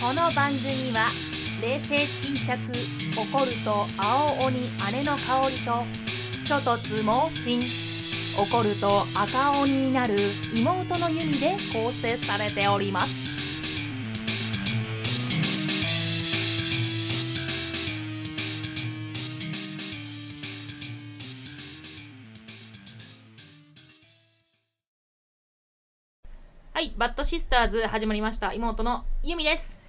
この番組は冷静沈着怒ると青鬼姉の香りとちょとつ猛進怒ると赤鬼になる妹の弓で構成されておりますはいバッドシスターズ始まりました妹のゆみです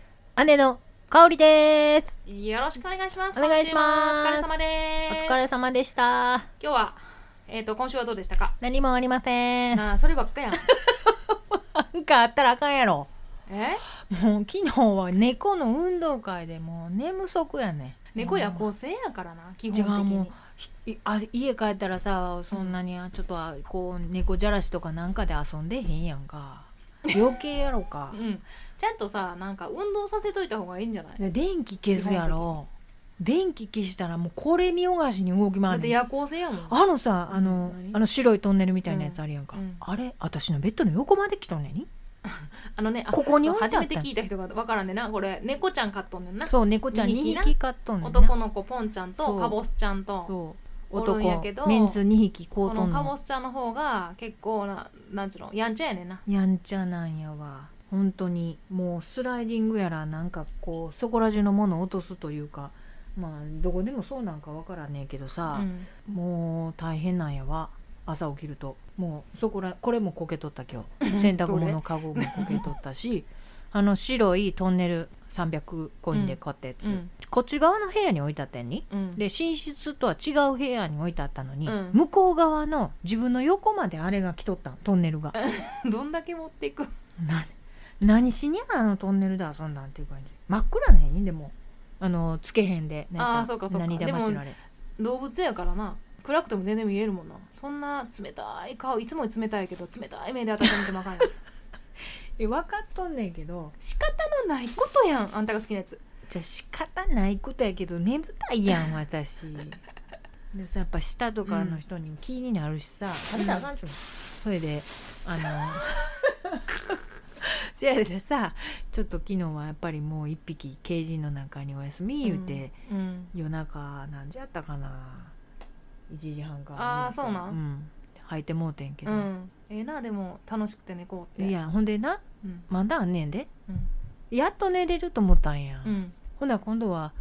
姉の香りです。よろしくお願いしますお願いします今週もお疲れ様でおす疲れ様でした。今日はえっ、と今週はどうでし たか何もありません。ななあそればっかやんんかあったらあかんやろ。えもう昨日は猫の運動会でもう寝不足やね。猫やこ構成やからな基じゃあ本的もにうひあ家帰ったらさそんなにあちょっとあこう猫じゃらしとかなんかで遊んでへんやんか。余計やろか う。んちゃんとさなんか運動させといた方がいいんじゃないで電気消すやろ。電気消したらもうこれ見よがしに動きだ回っるて。夜行性やもんあのさあの何あの白いトンネルみたいなやつあるやんか、うんうんあれ私のベッドの横まで来とんねんにあのねあここにそう置いてあ初っめたてよ聞いた人がわからんねんなこれ猫ちゃん飼っとんねんなそう猫ちゃん二匹2な匹飼っとんねんな男の子ポンちゃんそとうカボスちゃんとそうおるんやけど男メンツ2匹買うことのんカボのスちゃんの方が結構ななんちゅうのやんちゃやねんなやんちゃなんやわ本当にもうスライディングやらなんかこうそこら中のものを落とすというかまあどこでもそうなんかわからんねえけどさう、んもう大変なんやわ朝起きるともうそこらこれもこけとった今日洗濯物かごもこけとったしあの白いトンネル300コインで買ったやつ、うんこっち側の部屋に置いてあったやんにうんで寝室とは違う部屋に置いてあったのに、うん向こう側の自分の横まであれが来とったんトンネルが どんだけ持っていくな何しにあのトンネルで遊んだんっていう感じ真っ暗なんやにでもあのつけへんでなんやったらあーそうかそうか何ででも待ちられ動物やからな暗くても全然見えるもんなそんな冷たい顔いつも冷たいけど冷たい目で温めてもあかん やんえ分かっとんねんけど仕方のないことやんあんたが好きなやつじゃあ仕方ないことやけど眠たいやん 私でさやっぱ舌とかの人に気になるしさ、食べたらあかんちゅうのそれであの せやでさちょっと昨日はやっぱりもう一匹ケージの中にお休み言うて、うん、うん夜中何時やったかな1時半かあーそうなんん履いてもうてんけど、うんええなでも楽しくて猫っていやほんでなうんまだあんねんでうんやっと寝れると思ったんや、うんほな今度は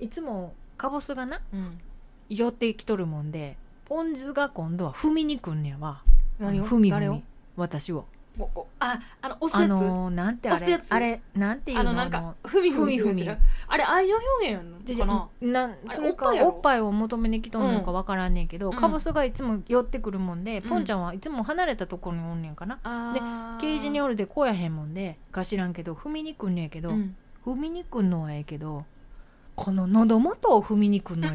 いつもカボスがなうん寄ってきとるもんでポン酢が今度は踏みにくんねやわ何を踏み誰踏をみ私をここああの押あすやつ、あののー、なんてあ押すやれつあれなんていうのなんあかのふみふみふみふみするやつあれ愛情表現じやゃんのかなあれそれおかっぱいやろおっぱいを求めに来とんのかわからんねんけど、うんカボスがいつも寄ってくるもんで、うんポンちゃんはいつも離れたところにおんねんかな、なあーケージにおるでこうやへんもんでか知らんけど踏みにくんねやけど、うん踏みにくんのはええけどこの喉元を踏みにく んのよ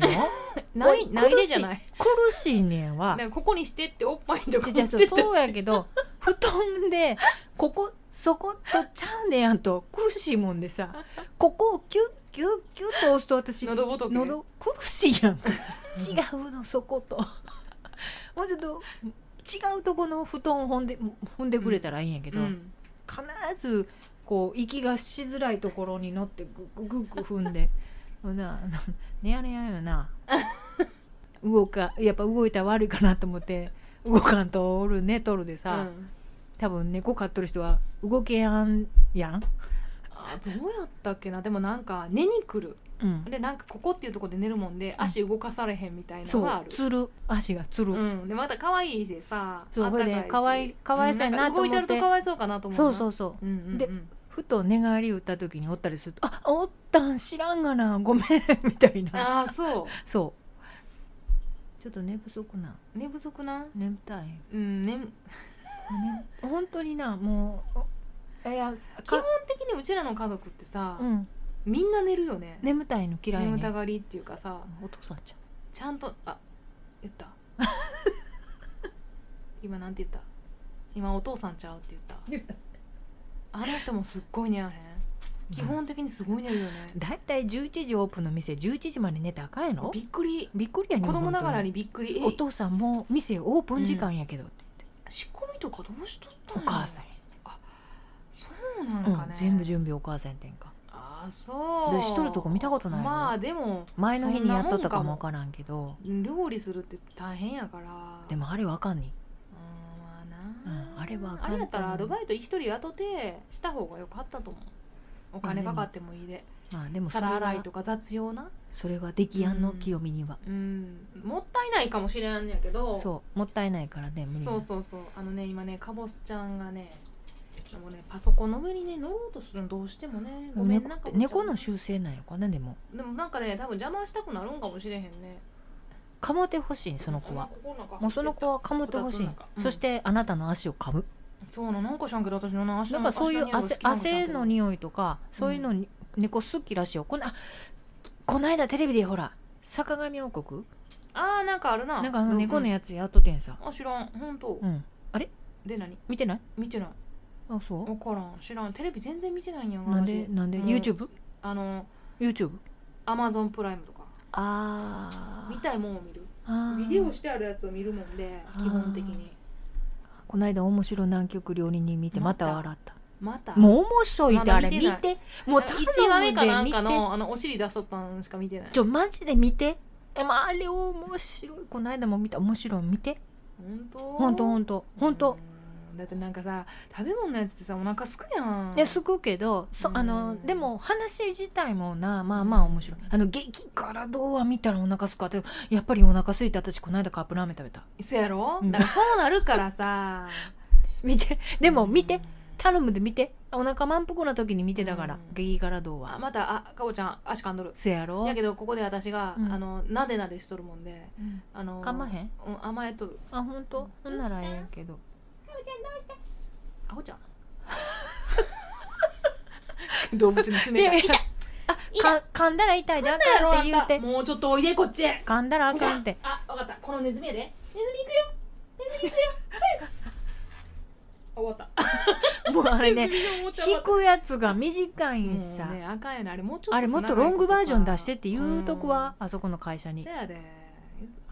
なおいいないでじゃない苦しいねんわなんかここにしてっておっぱいのとこじゃあそうそうやけど 布団でここそことちゃうねやんと苦しいもんでさここをキュッキュッキュッと押すと私喉仏喉苦しいやんか違うのそこと もうちょっと違うとこの布団を踏んで踏んでくれたらいいんやけうど、ん必ずこう息がしづらいところに乗ってグッグッグッ踏んでほなあのねやねやよな動かやっぱ動いたら悪いかなと思って動かんとおるねとるでさ、うん多分猫飼っとる人は動けやんやん、あどうやったっけなでもなんか寝に来るうん、でなんかここっていうとこで寝るもんでうん足動かされへんみたいなそのがあうるつる足がつる、うん、でまた可愛いしさそうあったいしほいで可愛可愛さやなと思ってんなんか動いてると可哀想かなと思そうそううそうな、うんうんうん、でふと寝返り打った時におったりすると「あおったん知らんがなごめん」みたいなああそうそうちょっと寝不足な寝不足な眠たいうん、ね、ね、本当になもういや基本的にうちらの家族ってさ、うん、みんな寝るよね眠たいの嫌い、ね、眠たがりっていうかさお父さんちゃんちゃんとあ言った 今なんて言った今お父さんちゃうって言ったあの人もすっごい寝やへん基本的にすごい寝るよねだいたい11時オープンの店11時まで寝たらあかんやろびっくりびっくりやねん子供ながら本にびっく当りえにお父さんもう店オープン時間やけどって仕込みとかどうしとっ言たのってお母さんやそうそうなんかね、うん、全部準備お母さんやってんかああそうでしとるとこ見たことないよまあでも前の日にやっとったかもわそんなからもんかんけども料理するって大変やからでもあれわかんねうんまあうなんあれはあかんあれやったらとアル思うバイト一人雇ってした方が良かったと思うお金かかってもいいでまあでもそれ皿洗いはとか雑用なそれは出来やんのうん清美にはうんもったいないかもしれないんやけどそうもったいないからね無理そうなそうそうあのね今ねかぼすちゃんがねでもねパソコンの上にね乗ろうとするのどうしてもねごめんな猫っかぼちてゃん猫の習性なんやろかなでもでもなんかね多分邪魔したくなるんかもしれへんねかもってほしいその子はもうその子はかもってほしい、そしうんてあなたの足をかむそうなのなんかしゃんけど私のな足なのんかそういう汗汗のに匂いとかそういうのに、猫好きらしいよこのあこの間テレビでほら坂上王国あーなんかあるななんかあの猫のややつやっとってんさ、あ知らん本当、うん、で何見てない見てないあそ分からん知らんテレビ全然見てないんやうなんで私なんでもう YouTubeYouTube あのアマゾンプライムとかあ見たいもんを見るあービデオしてあるやつを見るもんであー基本的にこの間面白い南極料理人見てまた笑ったまたもう面白いってまあだれ見見ててないもうあの頼一話目むかなんでか見てのあのお尻出しとったんしか見てないちょマジで見てえまあ、あれ面白いこの間も見た面白い見て本当ほんとほんとほんとうんだってなんかさ食べ物のやつってさお腹すくやんいやすくうけどそあうのんでも話自体もなまあまあ面白いあの激辛童話見たらお腹すくあてやっぱりお腹すいて私この間カップラーメン食べたそうやろうんだからそうなるからさ 見てでも見てうん頼むで見てお腹満腹の時に見てだから、うん激辛童あ話またあかぼちゃん足かんどるそやろやけどここで私が、うんあのなでなでしとるもんでうんあのかまへんうん、甘えとるあ本当ほんならええんやけど あほちゃん動物に冷たいいやか噛んだら痛いだやかろんあって言うんたてもうちょっとおいでこっちへ噛んだらあかんってあわかったこのネズミやでネズミ行くよネズミ行くよ早く終わったもうあれ ね引引くやつが短いんさ、ねあかんやねあれもうちょっとあれもっとロングバージョン出してってう言うとこは、あそこの会社にそやで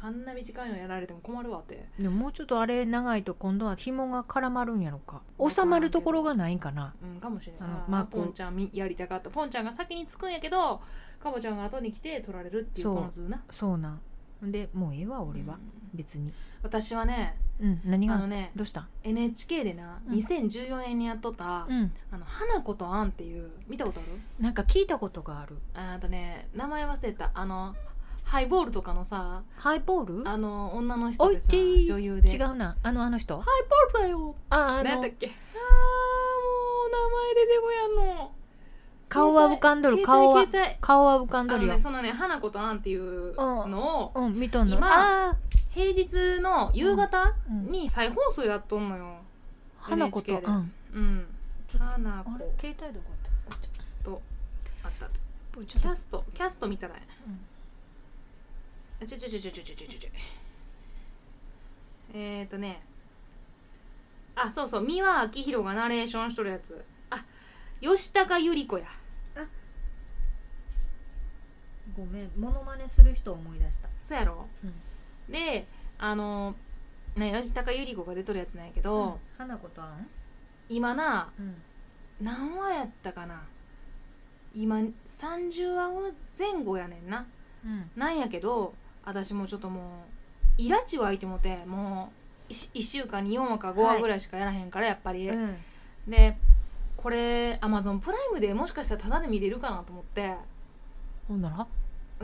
あんな短いのやられても困るわってでももうちょっとあれ長いと今度は紐が絡まるんやろか収まるところがないんかなうんかもしれないあのままああポンちゃんみやりたかったポンちゃんが先につくんやけどかぼちゃんが後に来て取られるっていうそこうの図なそうなんでもうええわ俺は、うん別に私はねうん何あがのねどうした、 NHK でなうん2014年にやっとったうん、 「あの花子とアン」っていう見たことあるなんか聞いたことがあるあーあとね名前忘れたあのハイボールとかのさハイボールあの女の人でさおいてぃ女優で違うなあのあの人ハイボールだよああ何やったのっけあーもう名前出てこやんの顔は浮かんどる携帯顔は携帯顔は浮かんあどのるよ、ねそのね花子とアンっていうのをうん見とんの今あ平日の夕方ー、うん、に再放送やっとんのよ花子 NHK とであんうん花あれ子携帯どこやとあったったちキょャっストキャスト見たらえうんえちょちょちょちょちょちょちょちょちょえーとねあそうそう三輪明宏がナレーションしとるやつあ吉高由里子やとごめんモノマネする人を思い出したそうやろ、うんであのね吉高由里子が出とるやつなんやけど、花子とあん今なうん何話やったかな今30話前後やねんなうんなんやけど私もうちょっともうイラチ湧いてもてもう 1, 週間に4話か5話ぐらいしかやらへんから、やっぱり、うんでこれアマゾンプライムでもしかしたらタダで見れるかなと思ってほんなら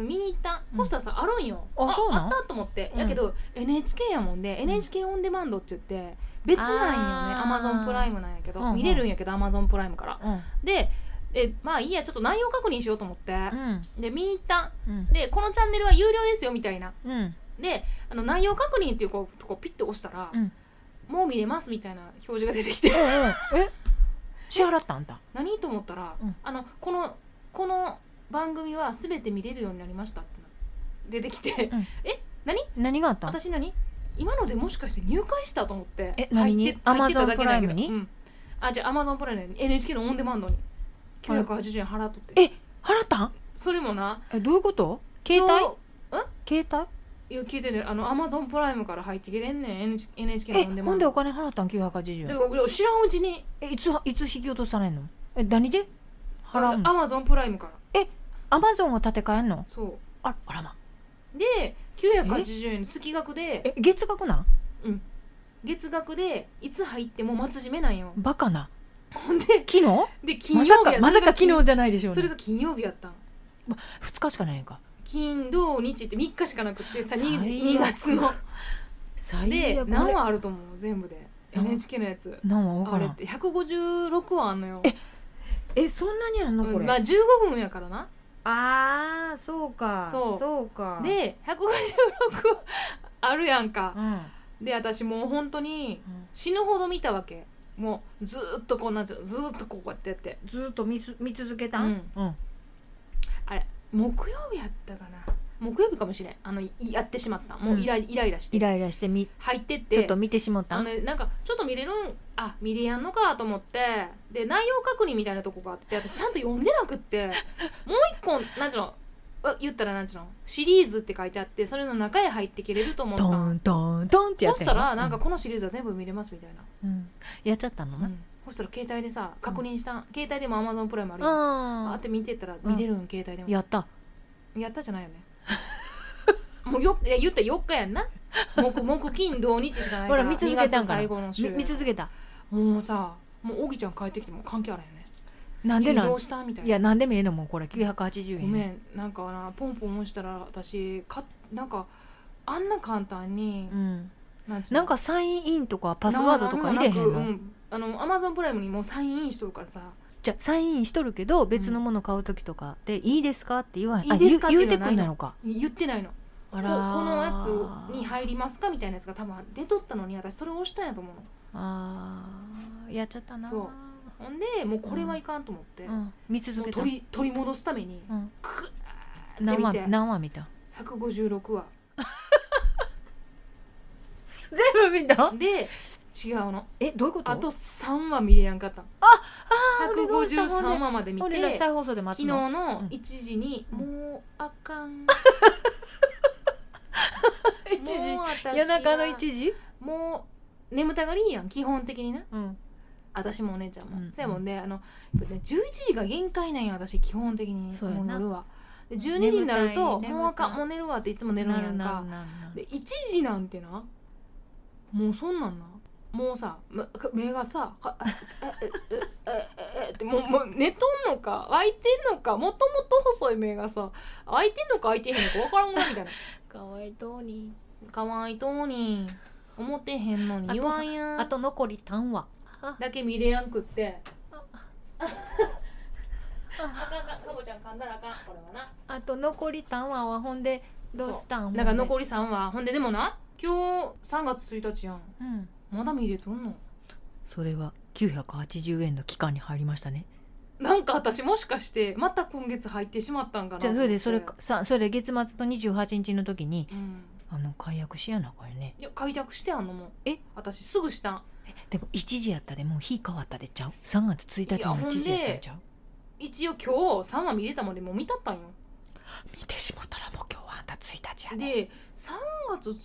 見に行ったんうんポスターさ、あるんよあそうなんあったと思って、うんやけど NHK やもんで NHK オンデマンドって言って別なんよねアあーマゾンプライムなんやけど、うんうん見れるんやけどアマゾンプライムからうんででまあいいやちょっと内容確認しようと思って、うんで見に行ったんうんでこのチャンネルは有料ですよみたいなうんであの内容確認っていうこうとこピッと押したら、うんもう見れますみたいな表示が出てきてえ支払ったんだ何と思ったら、うんあのこのこの番組は全て見れるようになりましたってな出てきて、うんえ何があったん私何今のでもしかして入会したと思ってえ何に入って入ってただけなんやけど Amazon プライムにうんあじゃあアマゾンプライムに NHK のオンデマンドに980円払っとってえ払ったんそれもなえどういうこと携帯携帯いや聞いてねあのアマゾンプライムから入ってきれんねん NH- NHK のオン帯えデほマんンでドお金払ったん980円で知らんうちにえいついつ引き落とされんのえ何で払うアのマゾンプライムからアマゾンを建て替えんのそああらまうで980円の月額でえ月額なん月額でいつ入っても松締めなんよバカなほんで昨日で金曜ま日さやかまさかそ昨れが日じゃないでしょうそれねが金曜日やったん2日しかないんか金土日って3日しかなくってさ最 2, 悪月の最で悪何何話話あると思う全部で何話 NHK のやつ何話分あかれらっんて156話あんのよええそんなにあんのこうんれまあ15分やからなあーそうかそうそうかで156あるやんかうんうんで私もう本当に死ぬほど見たわけもうずーっとこうなんていうのずーっとこうやってやってずーっと見す見続けたんうん木曜日やったかな木曜日かもしれんあのいやってしまったもうイラ,、イライラしてイライラしてみ入ってってちょっと見てしもったあんのなんかちょっと見れるんあ見れやんのかと思ってで内容確認みたいなとこがあって私ちゃんと読んでな くってもう一個なんちゅうのあ言ったらなんちゅうのシリーズって書いてあってそれの中へ入ってきれると思ったトんントントンってやそってしたらなんか、このシリーズは全部見れますみたいな、うんうんやっちゃったのうな、んそしたら携帯でさ確認したん、携帯でも Amazon プライムあるやんあっうて見てったら見れるん、携帯んでもやったやったじゃないよねもうよいや言ったら4日やんな木木金土日しかないからほら見続けたんかな二月最後のみ週見続けたもうさもうおぎちゃん帰ってきても関係あらへんねなんでな君んどうしたみたいいなやなんでもええのもうこれ980円ごめんなんかなポンポン押したら私かなんかあんな簡単に、うんなんていうのなんかサインインとかパスワードとか入れへんなの、んかうんあのアマゾンプライムにもうサインインしとるからさじゃあサインインしとるけど別のもの買う時とかで「いいですか?」って言わへんいいですかあ言うっ言てうていうくのはないんのなのか言ってないのあこらーこのやつに入りますかみたいなやつが多分出とったのに私それを押したんやと思うのあーやっちゃったなそうほんでもうこれはいかんと思って、うん、見続もうけた、う取り取り戻すためにん、クワー何っ話て見て何話見た156話全部見たで違うのえどういうことあと3話見れやんかったああーお願いしたほんで153話まで見俺てら昨再放送で待日つののうん1時に、うんもうあか ん1時もう私は夜中の1時、もう眠たがりやん基本的になうん、私もお姉ちゃんも、うんそやもんであの11時が限界なんや私基本的にそうやもうな夜はで12時になると眠たいもうあかん眠たいもう寝るわっていつも寝るんなやるんなかるなるで1時なんてなもうそんなんなもうさまか目がさかあえええええってもうもう寝とんのか開いてんのかもともと細い目がさ開いてんのか開いてへんのか分からんぐらいみ たいなかわいとうにかわいいとうに思ってへんのに言わんやんあと残り単話だけ見れやんくってああかんあかんかぼちゃん噛んだらあかんこれはなあと残り単話はほんでどうしたんだからり、残り3はほんででもな今日3月1日やんうん、まだ見れとんのそれは980円の期間に入りましたねなんか私もしかしてまた今月入ってしまったんかなじゃあとそ思れってでそれか、さそれで月末の28日の時にうん、あの解約しやなこれねいや開拓してあんのもうえ私すぐしたんでも1時やったでもう日変わったでちゃう3月1日の1時やったんちゃう一応今日3話見れたまでもう見たったんよ見てしもったらもう今日はあんた1日やでで3月1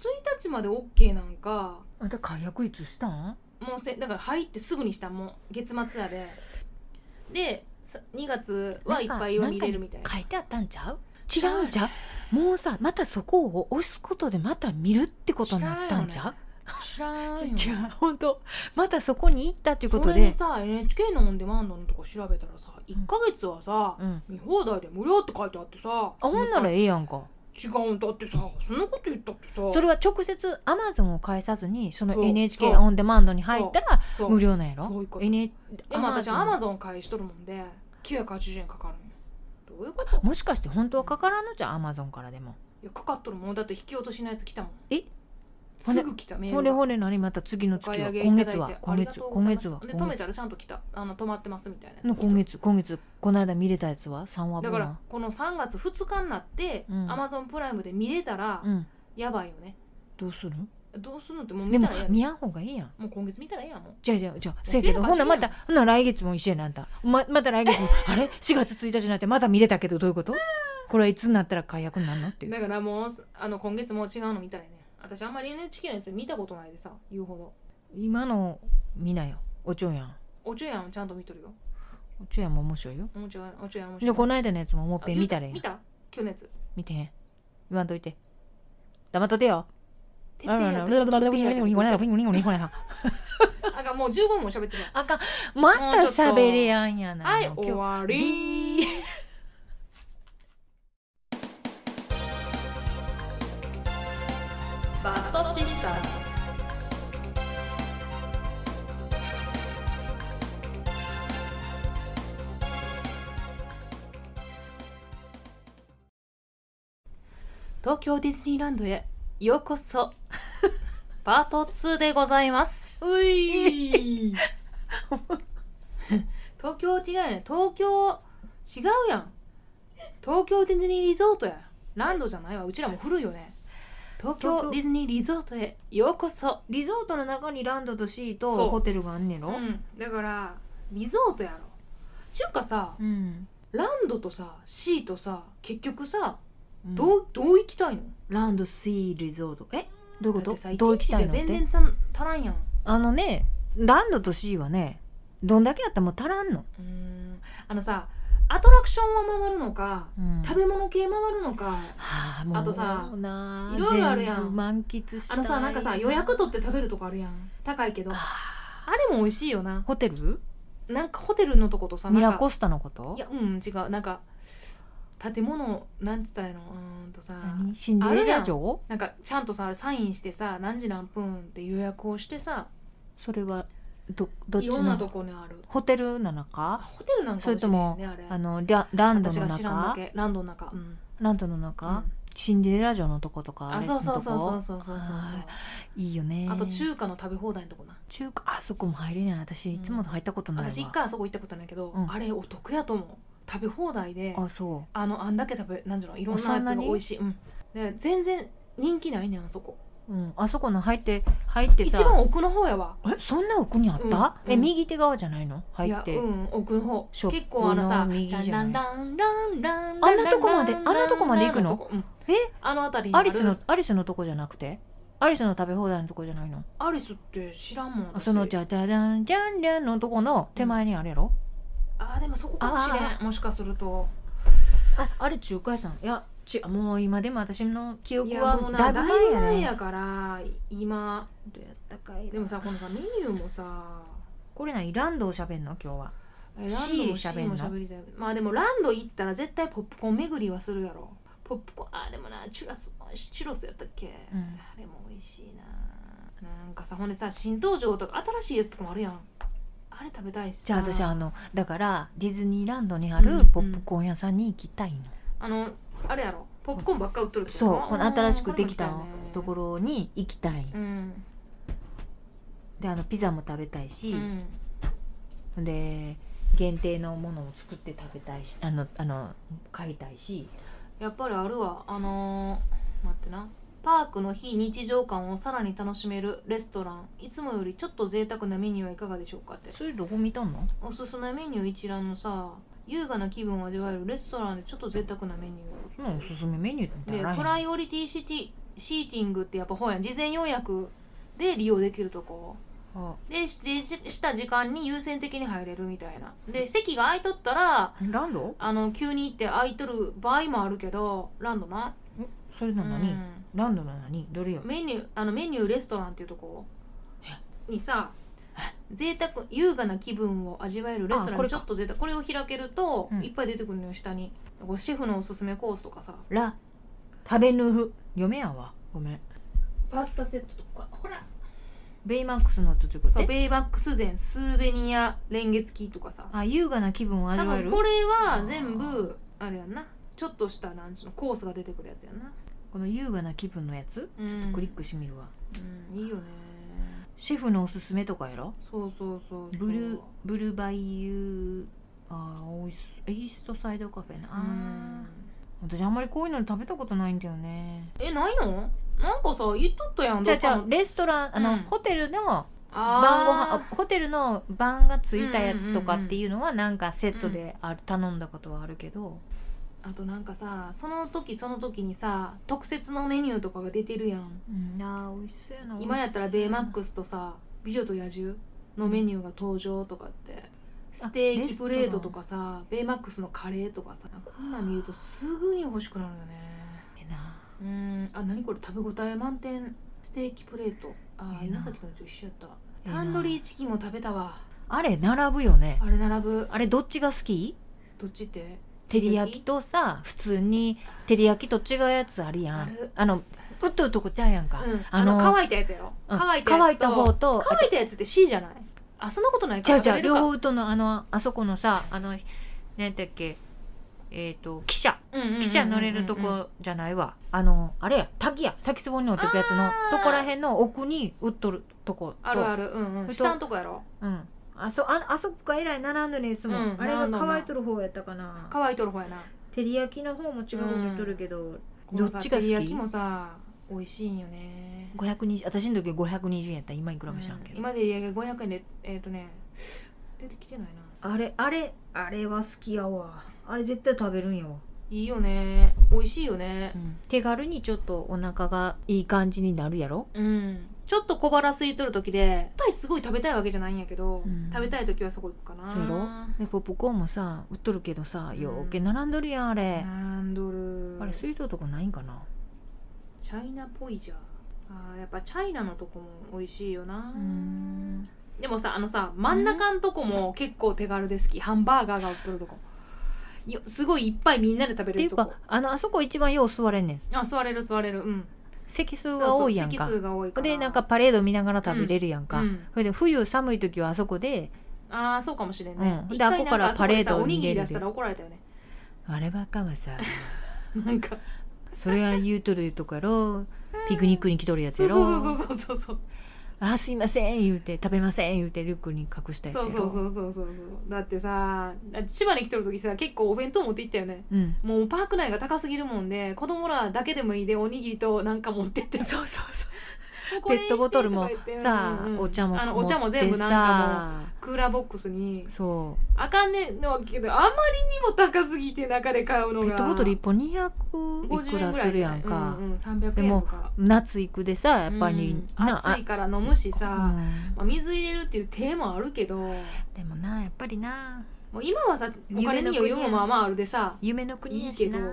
日まで OK なんかあんた解約いつしたんもうせだから入ってすぐにしたんもう月末やででさ2月はいっぱいは見れるみたいな書いてあったんちゃう違うんちゃうもうさまたそこを押すことでまた見るってことになったんちゃ知らん うよじゃあ本当またそこに行ったっていうこそとれででさ NHK のオンデマンドのとこ調べたらさ1か月はさ、うん見放題で無料って書いてあってさああほんならええやんか違うんだってさそんなこと言ったってさそれは直接アマゾンを介さずにそのそう NHK そうオンデマンドに入ったらそう無料なんやろそういうこと NH でも私アマゾゾン買いしとるもんで980円かかるんよどういうこといンもしかして本当はかからんのじゃアマゾンからでもやかかっとるもんだって引き落としのやつ来たもんえすぐ来たメーほルれがほれ何また次のお買月いは上げ今いた月だいはて今ありが月とうご今月ざいますはで止今め月たらちゃんと来たあの止まってますみたいなやつの今月今月この間見れたやつは3話だ分かはらこの3月2日になってうんアマゾンプライムで見れたらうんやばいよねどうするどうするのってもうで見もたらやんも見やんほうがいいやんう今月見たらええやんもうじゃあじゃあじゃあせやけどほんならまたほんなら来月も一緒やなあんたままた来 月もあれ4月1日になってまだ見れたけどどういうことこれはいつになったら解約になるのっていうだからもうあの今月もう違うの見たらね私あんまり NHK のやつ見たことないでさ言うほど今の見なよおちょやんおちょやんちゃんと見とるよおちょやんも面白いよおもちゃおもちゃ面じゃ白あこの間のやつももうあぺん見たらや言う見た今日のやつ見てへん言わんといて黙っといてよてっぺんやったああかんもう15分も喋ってるかんまた喋りやんやなはい今日終わりバッドシスターズ東京ディズニーランドへようこ そパート2でございますうい東京違うやん東京違うやん東京ディズニーリゾートやランドじゃないわうちらも古いよね東東京京ディズニーリゾートへようこそリゾートの中にランドとシーそうとホテルがあんねんろうん、だからリゾートやろちゅうかさうんランドとさシーとさ結局さどうどうどう行きたいのランドシーリゾートえどういうだこってさと一どう行き日じたゃいのっ全て然た足らんやんあのねランドとシーはねどんだけやったらもう足らんの、うーんあのさアトラクションは回るのかうん食べ物系回るのかはあもうあとさなあいろいろあるやん全部満喫したあいのさなんかさ予約取って食べるとこあるやん高いけどああれも美味しいよなホテルなんかホテルのとことさミなラんかコスタのこといやうん違うなんか建物なんつったらいいのうーんとさ何シンデレラ城なんかちゃんとさあれサインしてさ何時何分って予約をしてさそれはどどっいちろんなとのこにあるホテルなのあかホテルなんかそれともねあれあのラランド私のが知らんだ中けランドの中、うんランドのう中、んシンデレラ城のとことかあそうそうそうそううそうそうそうあいいよねあと中華の食べ放題のとこな中華あそこも入れない私いつも入ったことないわ、私一回あそこ行ったことないけど、うんあれお得やと思う食べ放題でああそのあんだけ食べなんじゃろいろんあそなんやつながに美味しい、うん、で全然人気ないねんあそこう、うん、あそこの入って入ってさ一番奥の方やわえそんな奥にあった、うんえうん右手側じゃないの入って、いやうん奥の方ショップ結構あのさの右じゃないランランランランランあんなとこまでランランランあんなとこまで行くのとこうんえあの辺りにアあるリスのアリスのとこじゃなくてアリスの食べ放題のとこじゃないのアリスって知らんもんあ私そのじゃじゃじゃんじゃんじゃんのとこの手前にあれやろ、あーでもそこかもしれあんもしかするとああれ中華屋さんいやちもう今でも私の記い憶やはもうだないぶだい前ぶや前ねやから今どうやったかいなでもさこのさメニューもさこれ何ランドをしゃべんの今日はえランドも C シ喋んーのも喋りたいまあでもランド行ったら絶対ポップコーン巡りはするやろポップコーンあーでもなチュラスチュロスやったっけ、んあれも美味しいななんかさほんでさ新登場とか新しいやつとかもあるやんあれ食べたいしさじゃあ私あのだからディズニーランドにあうんうるんポップコーン屋さんに行きたいの、あのあれやろポップコーンばっか売っとるそうこの新しくできたところろに行きたい、うん、であのピザも食べたいうし、ん、で限定のものを作って食べたいしあのあの買いたいしやっぱりあるわあのー待ってなパークの非日常感をさらに楽しめるレストランいつもよりちょっと贅沢なメニューはいかがでしょうかってそれどこ見とんのおすすめメニュー一覧のさ優雅な気分を味わえるレストランでちょっと贅沢なメニそんなんおすすめメニューってュあらーでへプラんイオリティシティシーティングってやっぱ本やん事前予約で利用できるとこあで指定しした時間に優先的に入れるみたいなで席が空いとったらランドあの急に行って空いとる場合もあるけどランドな、えそれうの何、んランドの何どれよメニューあのメニューレストランっていうとこにさ贅沢優雅な気分を味わえるレストあラこれンにかちょっと贅沢これを開けると、うんいっぱい出てくるのよ下にこうシェフのおすすめコースとかさラ食べヌル読めやんわごめんパスタセットとかほらベイマックスの途中そうでベイバックス膳スーベニアレンゲ付きとかさあ優雅な気分を多味わえ分るここれは全部あれやんなちょっとしたランチのコースが出てくるやつやんなの優雅な気分のやつうんちょっとクリックしてみるわ、うんいいよねシェフのおすすめとかやろそうそうそうそうブルーブルーバイユーあーおいしイーストサイドカフェなうあー、ん私あんまりこういうの食べたことないんだよねえないのなんかさ言っとったやんじゃあじどっゃかあのレストランあの、うんホテルのあー晩ご飯あホテルの晩がついたやつとかっていうのはなんかセットである頼んだことはあるけど、あとなんかさその時その時にさ特設のメニューとかが出てるやんうん、あー美味しそうやな今やったらベイマッスクスとさ「美女と野獣」のメニューが登場とかってステーキプレートとかさベイマックスのカレーとかさこんなん見るとすぐに欲しくなるよねええなうんあ何これ食べ応え満点ステーキプレートあええ稲な崎のと一緒やったわええなタンドリーチキンも食べたわあれ並ぶよねあれ並ぶあれどっちが好きどっちって照り焼きとさ普通に照り焼きと違うやつあるやんああるのうっとうとこちゃうやんか、うんああのの乾いたやつやろうん乾いたやつと乾いた方と乾いたやつって C じゃないあそんなことないかちゃうちゃ食うべれ両るか方とのあのあそこのさあの何だっけえっ、と汽車うんうんうんうんう汽ん車乗れるとこじゃないわ、あのあれや滝や滝壺に乗ってくやつのあーとこらへんの奥に売っとるとことあるあるうんうんと下のとこやろうん、あそああそこがえらい並んでるんですもん、うんあれが並んどんな乾いとる方やったかな乾いとる方やな照り焼きの方も違う方に売っとるけど、このどさっちが好き照り焼きもさ美味しいんよね520私の時は520円やった今いくらも知らんけど、うん今で焼き500円でえっ、とね出てきてないなあれあれあれは好きやわあれ絶対食べるんやわ、いいよね美味しいよね手軽にちょっとお腹がいい感じになるやろうん、ちょっと小腹空いとる時でやっぱりすごい食べたいわけじゃないんやけど、うん食べたい時はそこ行くかなそうやろでポップコーンもさ売っとるけどさうんようけ並んどるやんあれ、並んどるあれ水道とかないんかなチャイナっぽいじゃんあーやっぱチャイナのとこも美味しいよな、うんでもさあのさ真ん中のとこも結構手軽で好きハンバーガーが売っとるとこよすごいいっぱいみんなで食べってれいるうとこかあのあそこ一番よう座れんねんあ座れる座れるうん席数が多いやんそうかそう席数が多いからでなんかパレード見ながら食べれるやんか、うんそれで冬寒い時はあそこでああそうかもしれんね、うんで一回あこからなんあそでさパレードおにぎりに出る出したら怒られたよねあればっかはさなんかそれは言うとるとこや ろピクニックに来とるやつそうやろそうそうそうそうあすいません言うて食べません言うてリュックに隠したやつそやうろそうそうそうそうそうだってさ千葉に来とる時さ結構お弁当持って行ったよね うんもうパーク内が高すぎるもんで子供らだけでもいいでおにぎりとなんか持ってってそうそうそうこペれットボトルもしてとか言ってさあ、うんうんお茶もあの持おって茶さも全部なんかもうクーラーボックスにそあかんねんのけどあまりにも高すぎて中で買うのうペがットボトル1本200いくらするやんか、うんうん、300で円もとか夏行くでさやっぱり、うんな暑いから飲むしさ、あまあ、水入れるっていう手もあるけどもうんでもなやっぱりなう今はさお金に余裕もまあまああるでさ夢の国やしないい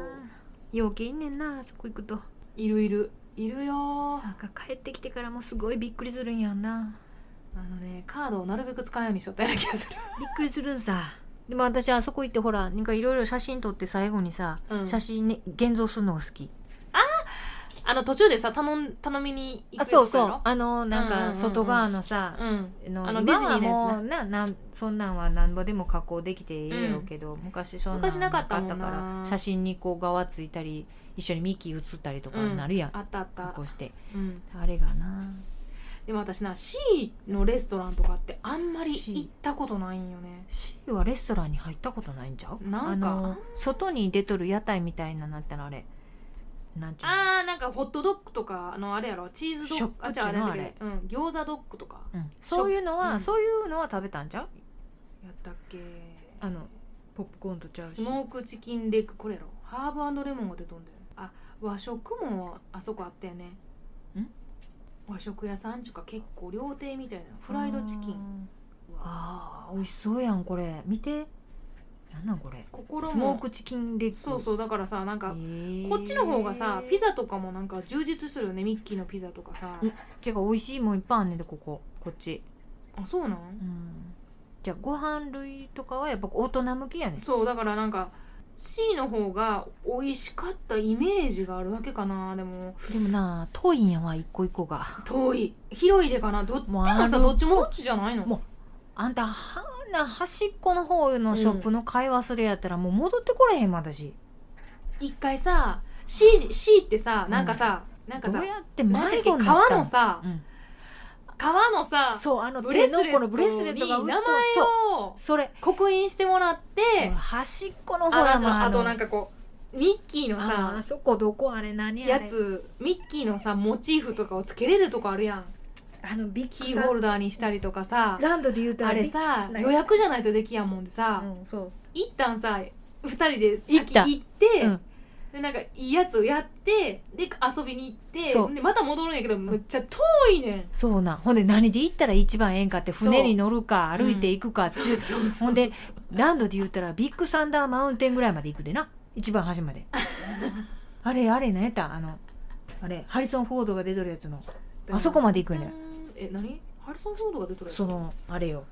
陽気いいねんなあそこ行くといるいるいるよなあんか帰ってきてからもすごいびっくりするんやんなのねカードをなるべく使うようにしとったような気がする、びっくりするんさでも私あそこ行ってほらなんかいろいろ写真撮って最後にさ、うん写真、ね、現像するのが好きあの途中でさ頼ん頼みに行くあそうとこやそうろあのなんうんかうんうんうん外側のさ、うんのあの今はディズニーのやもうななんそんなんはなんぼでも加工できてええやろうけど、昔そんなん昔なかったもんななかったから写真にこう側ついたり一緒にミキ写ったりとかうんなるやん、あったあっ加た工、してうん、あれがなでも私な C のレストランとかってあんまり C 行ったことないんよね C はレストランに入ったことないんちゃうなんかああんの外に出とる屋台みたいななったのあれなんちゅうのあーなんかホットドッグとかあのあれやろチーズドッグショップっあちじゅうゃのあれだけどうん餃子ドッグとかうんそういうのは、うんそういうのは食べたんちゃうやったっけあのポップコーンとちゃうスモークチキンレッグこれやろハーブレモンが出とんだよあ和食もあそこあったよねん和食屋さんちゅうか結構料亭みたいなフライドチキンンうわあーあー美味しそうやんこれ見てなんなんこれ心もスモークチキンレッグそうそうだからさなんかへーこっちの方がさピザとかもなんか充実するよねミッキーのピザとかさうんてか美味しいもんいっぱいあんねんでこここっちあそうなん、うんじゃあご飯類とかはやっぱ大人向きやねんそうだからなんか C の方が美味しかったイメージがあるだけかなでもでもな遠いんやわ一個一個が遠い広いでかなどっもうでもあさるどっちもどっちじゃないのもあんたはな端っこの方のショップの会話するやったらもう戻ってこれへんもん私一回さ C, C ってさなんかさ、なんかどさうやってなんだっ迷け子になっ革たのさうん革のさそうあのブ手レスのレッこトのブレスレットがうっにと名前そうをそれ刻印してもらってその端っこのあ方やなもんんかそのああのとなんかこうミッキーのあのさあそこどこあれ何あれやつミッキーのさモチーフとかをつけれるとこあるやんあのビッキーホルダーにしたりとかさランドで言うたらあれビッなさんか予約じゃないとできやんもんでさ、うんそう一旦さ2人で行った先行って、うんででなんかいいやつやってで遊びに行っそうてでまた戻るんやけどむっちゃ遠いねんそうなんほんで何で行ったら一番ええんかって船に乗るかそう歩いていくかちゅうほんでランドで言ったらビッグサンダーマウンテンぐらいまで行くでな一番端ま であれあれ何やったあのあれハリソン・フォードが出とるやつのあそこまで行くんやうえ何ハリソン・フォードが出とるやつそのあれよ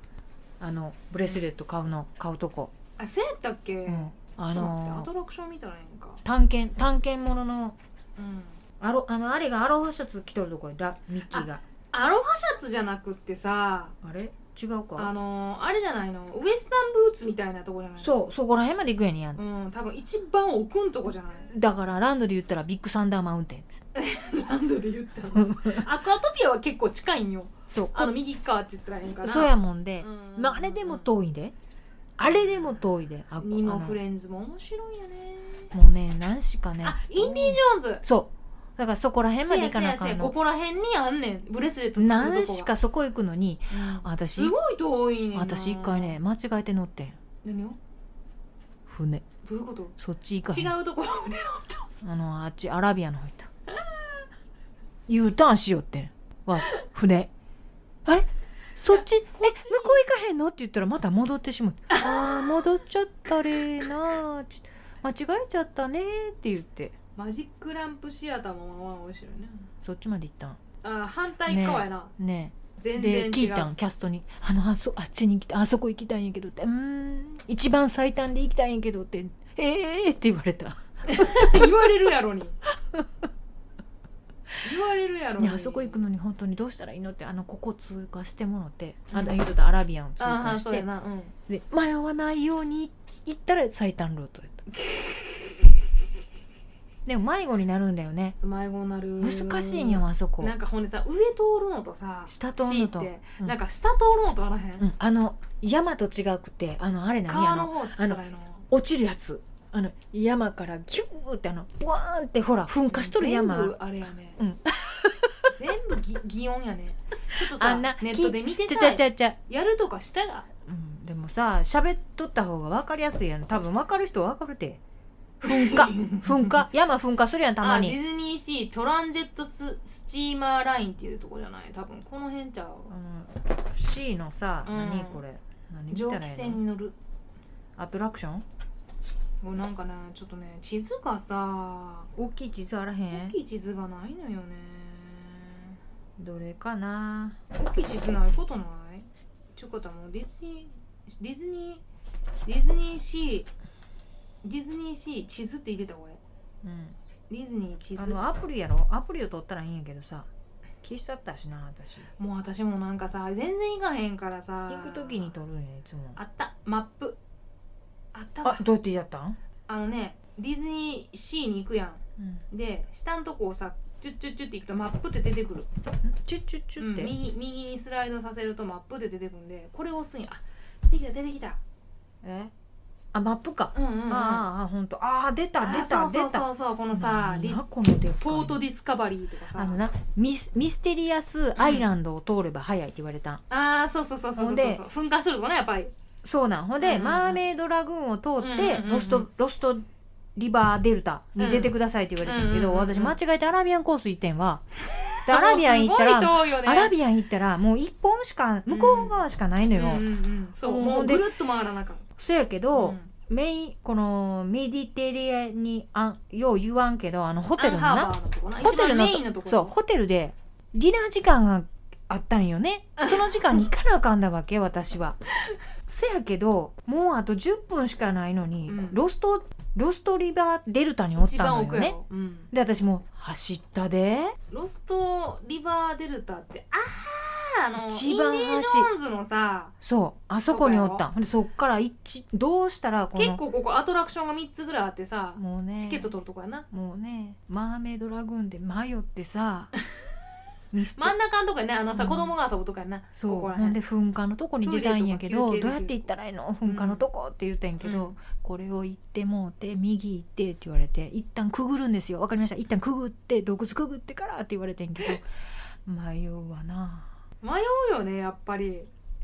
あのブレスレット買うの買うとこ、あそうやったっけ、うん、あちょっと待ってアのトラクション見たらええんか探検探検もののうんあろあのあれがアロハシャツ着とるとこラミッキーがアロハシャツじゃなくってさあれ違うあかのーあれじゃないのウエスタンブーツみたいなとこじゃないのそうそこら辺まで行くやねんやんうん多分一番奥んとこじゃ ないだからランドで言ったらビッグサンダーマウンテンランドで言ったのアクアトピアは結構近いんよそうあの右側って言ったらええんかなそうやもんで、うんまあ、あれでも遠いであれでも遠いであにもあのフレンズも面白いよねもうね何しかねあインディ・ジョーンズそうだからそこら辺まで行かなあかせやせやせんやこのこら辺にあんねんブレスレット作るとこが何しかそこ行くのにうん私すごい遠いねんな私一回ね間違えて乗ってん何を船どういうことそっち行かへ違んうところであのあっちアラビアの方行った U ターンしようってんわ船あれそっちえ向こう行かへんのって言ったらまた戻ってしまうあー戻っちゃったれーなーち間違えちゃったねーって言ってマジックランプシアターもまあまあ面白いねそっちまで行ったんあ反対側やな、ねえ全然違でう聞いたんキャストに「あのあそあっちに行きたいあそこ行きたいんやけど」って「うーん一番最短で行きたいんやけど」って「ええー」って言われた言われるや ろに言われるやろいにやあそこ行くのに本当にどうしたらいいのってあのここ通過してもろて、あだ人とアラビアンを通あ過あしそうてやなうんで迷わないように行ったら最短ルート やったでも迷子になるんだよねそう迷子になる難しいんよあそこなんかほんでさ上通るのとさ下通るのと C って、うんなんか下通るのとあらへん、うん、あの山と違くてあのあれ何あ川のの方っつったらいいの落ちるやつあの山からギューってあのブワーンってほら噴火しとる山があ全る部あれやね、うん全部ぎ擬音やねちょっとさあんなネットで見てちゃちゃたちゃちゃやるとかしたらうん、でもさ喋っとった方が分かりやすいやん多分分かる人は分かるて噴火噴火山噴火するやんたまあデに、ィズニーシートランジェットススチーマーラインっていうとこじゃない多分この辺ちゃううん C のさ、うん何これ何見蒸た気らいい船のに乗るアトラクションもうなんかねちょっとね地図がさ大きい地図あらへ大んきい地図がないのよねどれかな大きい地図ないことないちょこたもうディズニーディズニーディズニーシーディズニーシー地図って入れた方がいうんいディズニー地あ図のアプリやろアプリを取ったらいいんやけどさ消しちゃったしな私もう私もなんかさ全然行かへんからさ行く時に取るんやいつもあったマップあったわあどうやってやったん、あのねディズニーシーに行くやうん、んで下のとこをさチュッチュッチュッって行くとマップって出てくる、チュッチュッチうュっん、て、右右にスライドさせるとマップで出てくるんでこれを押すんやあ出てきた出てきたえあマップか、うんうん、うん、あーあーほんとあー出たあ出そたうそ出うたそうそうこのさ何リやポこのでっかいのートディスカバリーとかさあのなミスミステリアスアイランドを通れば早いって言われたん、あーそうそうそうそほうそんうでそう噴火するとねやっぱりそうなんほんで、うんうんうんマーメイドラグーンを通って、うんうんうんうんロストロストリバーデルタに出てくださいって言われてるけど、うんうんうんうん私間違えてアラビアンコース行ってんわでアラビアン行ったもうすらごい遠いよねアラビアン行ったらもう一本しか向こう側しかないのよ、うんうんうんそうほもうんでぐるっと回らなあかんそやけど、んメインこのメディテレアにあんよう言わんけどあのホテルのアンハーなバーのとこなホテルの一番メインのとこそうホテルでディナー時間があったんよね その時間に行かなあかんだわけ私はそやけどもうあと10分しかないのに、うんロストロストリバーデルタにおっ一た番の奥よやねろ、うんで私もう走ったでロストリバーデルタってあああの一一番番端インディ・ジョーンズのさそうあそこにおっそうだたんほんでそっから一どうしたらこ結の構ここアトラクションが3つぐらいあってさ、もうねチケット取るとこやなもうねマーメイドラグーンで迷って さミステ真ん中のとこやねあのさ、うん子供が遊ぶとこやなそここうらほん辺で噴火のとこに出たいんやけトどイレとか休憩できるどうやって行ったらいいの噴火のとこって言ったんやけど、うんこれを行ってもうて右行ってって言われて一旦くぐるんですよわかりました一旦くぐって洞窟くぐってからって言われてんけど 迷うわな迷うよねやっぱり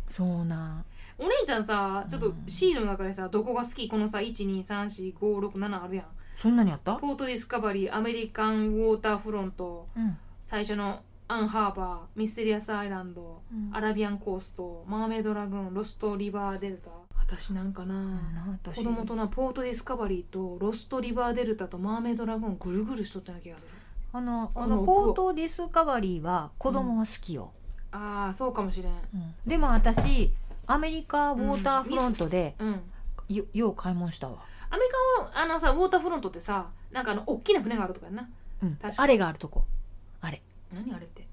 そうなんお姉ちゃんさちょっうとん C の中でさどこが好きこのさ1234567あるやんそんなにあったポートディスカバリーアメリカンウォーターフロントうん、最初のアンハーバーミステリアスアイランドアラビアンコーストマーメイドラグーンロストリバーデルタ私なんかな、な私子供となポートディスカバリーとロストリバーデルタとマーメイドラグーンぐるぐるしとったような気がするあのこあののポートディスカバリーは子供は好きよ、ああそうかもしれんうんでも私アメリカウォーターフロントで、うんよよう買い物したわ、アメリカはあのさウォーターフロントってさなんかあの大きな船があるとかやんなうん確かにあれがあるとこ何あれって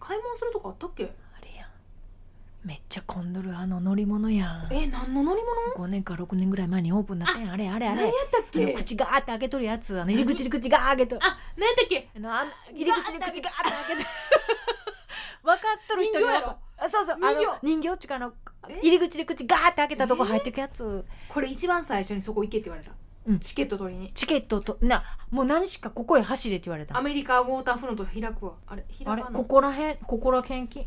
買い物するとこあったっけあれやんめっちゃ混んどるあの乗り物やんえ何の乗り物5年か6年ぐらい前にオープンなってんあれあれあ何れやったっあのけ口ガーって開けとるやつあの入り口入り口ガー開けとるあ何やったっ けあのあん入り口入り口ガーって開けとる分かっとる人に人形はやろあそうそう人形あの人形っちゅうかあのえ入り口で口ガーって開けたとこ入ってくやつ、これ一番最初にそこ行けって言われた、うんチケット取りにチケットとなもう何しかここへ走れって言われたアメリカウォーターフロント開くわあれ開あかれないここらへんここらへんき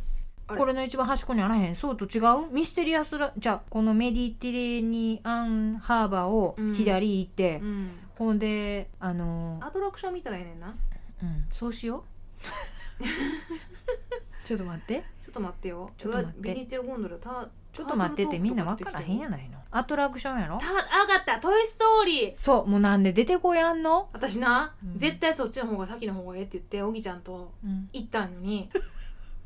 あれこれの一番端っこにあらへんそうと違うミステリアスラじゃあこのメディテレニアンハーバーを左行って、うんほんであのーアトラクション見たらええねんなうん、そうしよ うちょっと待ってちょっと待ってよちょっと待ってうわベネチアゴンドラたちょっと待ってってみんな分からへんやないのアトラクションやろたあ分かった「トイ・ストーリーそうもうなんで出てこやんの」、私な、うん絶対そっちの方が先の方がええって言っておぎちゃんと行ったのに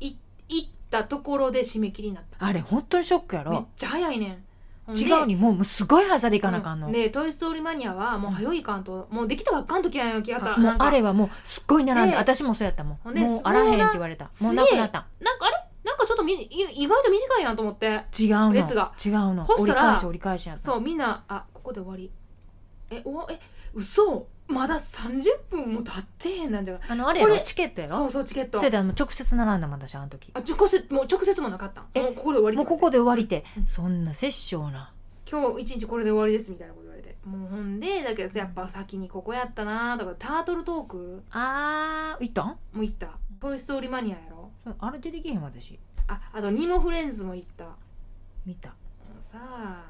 い行ったところで締め切りになったあれ本当にショックやめっろちゃ早いねんほんで違うにもうもうすごい朝で行かなあかんの、うんで「トイ・ストーリーマニア」はもう早いかんと、もうできたばっかん時やんよ気がったあもなうんかあれはもうすっごい並んだ、ね私もそうやったもほんんでもうあらへんって言われたそものうななくなったなんかあれなんかちょっとみい意外と短いなと思って違うの列が違うのほし折たりら返し折り返しやったそうみんなあここで終わりえおえ嘘まだ30分も経ってへんなんじゃないあのあれやろこれチケットやそろうそうチケットそれであの直接並んだもん私あの時あ直接もう直接もなかったんえもうここで終わりもうここで終わりて、うんそんな殺生な今日一日これで終わりですみたいなこと言われてもうほんでだけどやっぱ先にここやったなとかタートルトークあー行ったんも行った「トイ・ストーリーマニア」やろあれ出てけへん私ああと「ニモ・フレンズ」も行ったも見たうさあ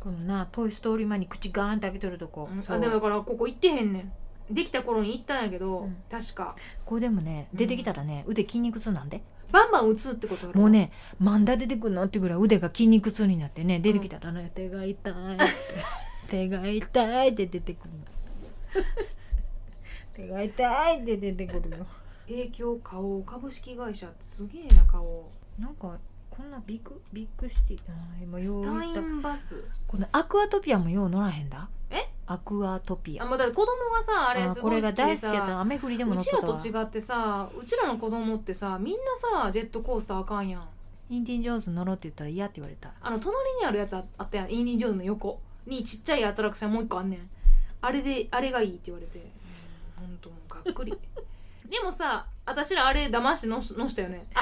このな「トイ・ストーリー」前に口ガーンって開けとるとこ、うんそうあでもだからここ行ってへんねんできた頃に行ったんやけど、うん確かこれでもねうん出てきたらね、腕筋肉痛なんでバンバン打つってことやろもうね漫画出てくるのってぐらい腕が筋肉痛になってね出てきたらね、手が 痛いって手が痛いって出てくるの手が痛いって出てくるよ影響花王株式会社すげえな花王なんかこんなビッグビッグシティあー今よスうタ言イったンバスこのアクアトピアもよう乗らへんだえアクアトピあアもうだって子供がさあれあすこごいれが好きで大好さきやったら雨降りでもう乗っちとらったとわ違ってさうちらの子供ってさみんなさジェットコースターあかんやんインディ・ジョーンズ乗ろうって言ったら嫌って言われたあの隣にあるやつああったやんインディ・ジョーンズの横にちっちゃいアトラクションもう一個あんねんあれであれがいいって言われてうんほんともうがっくり でもさ私らあれ騙してのしのしたよねあ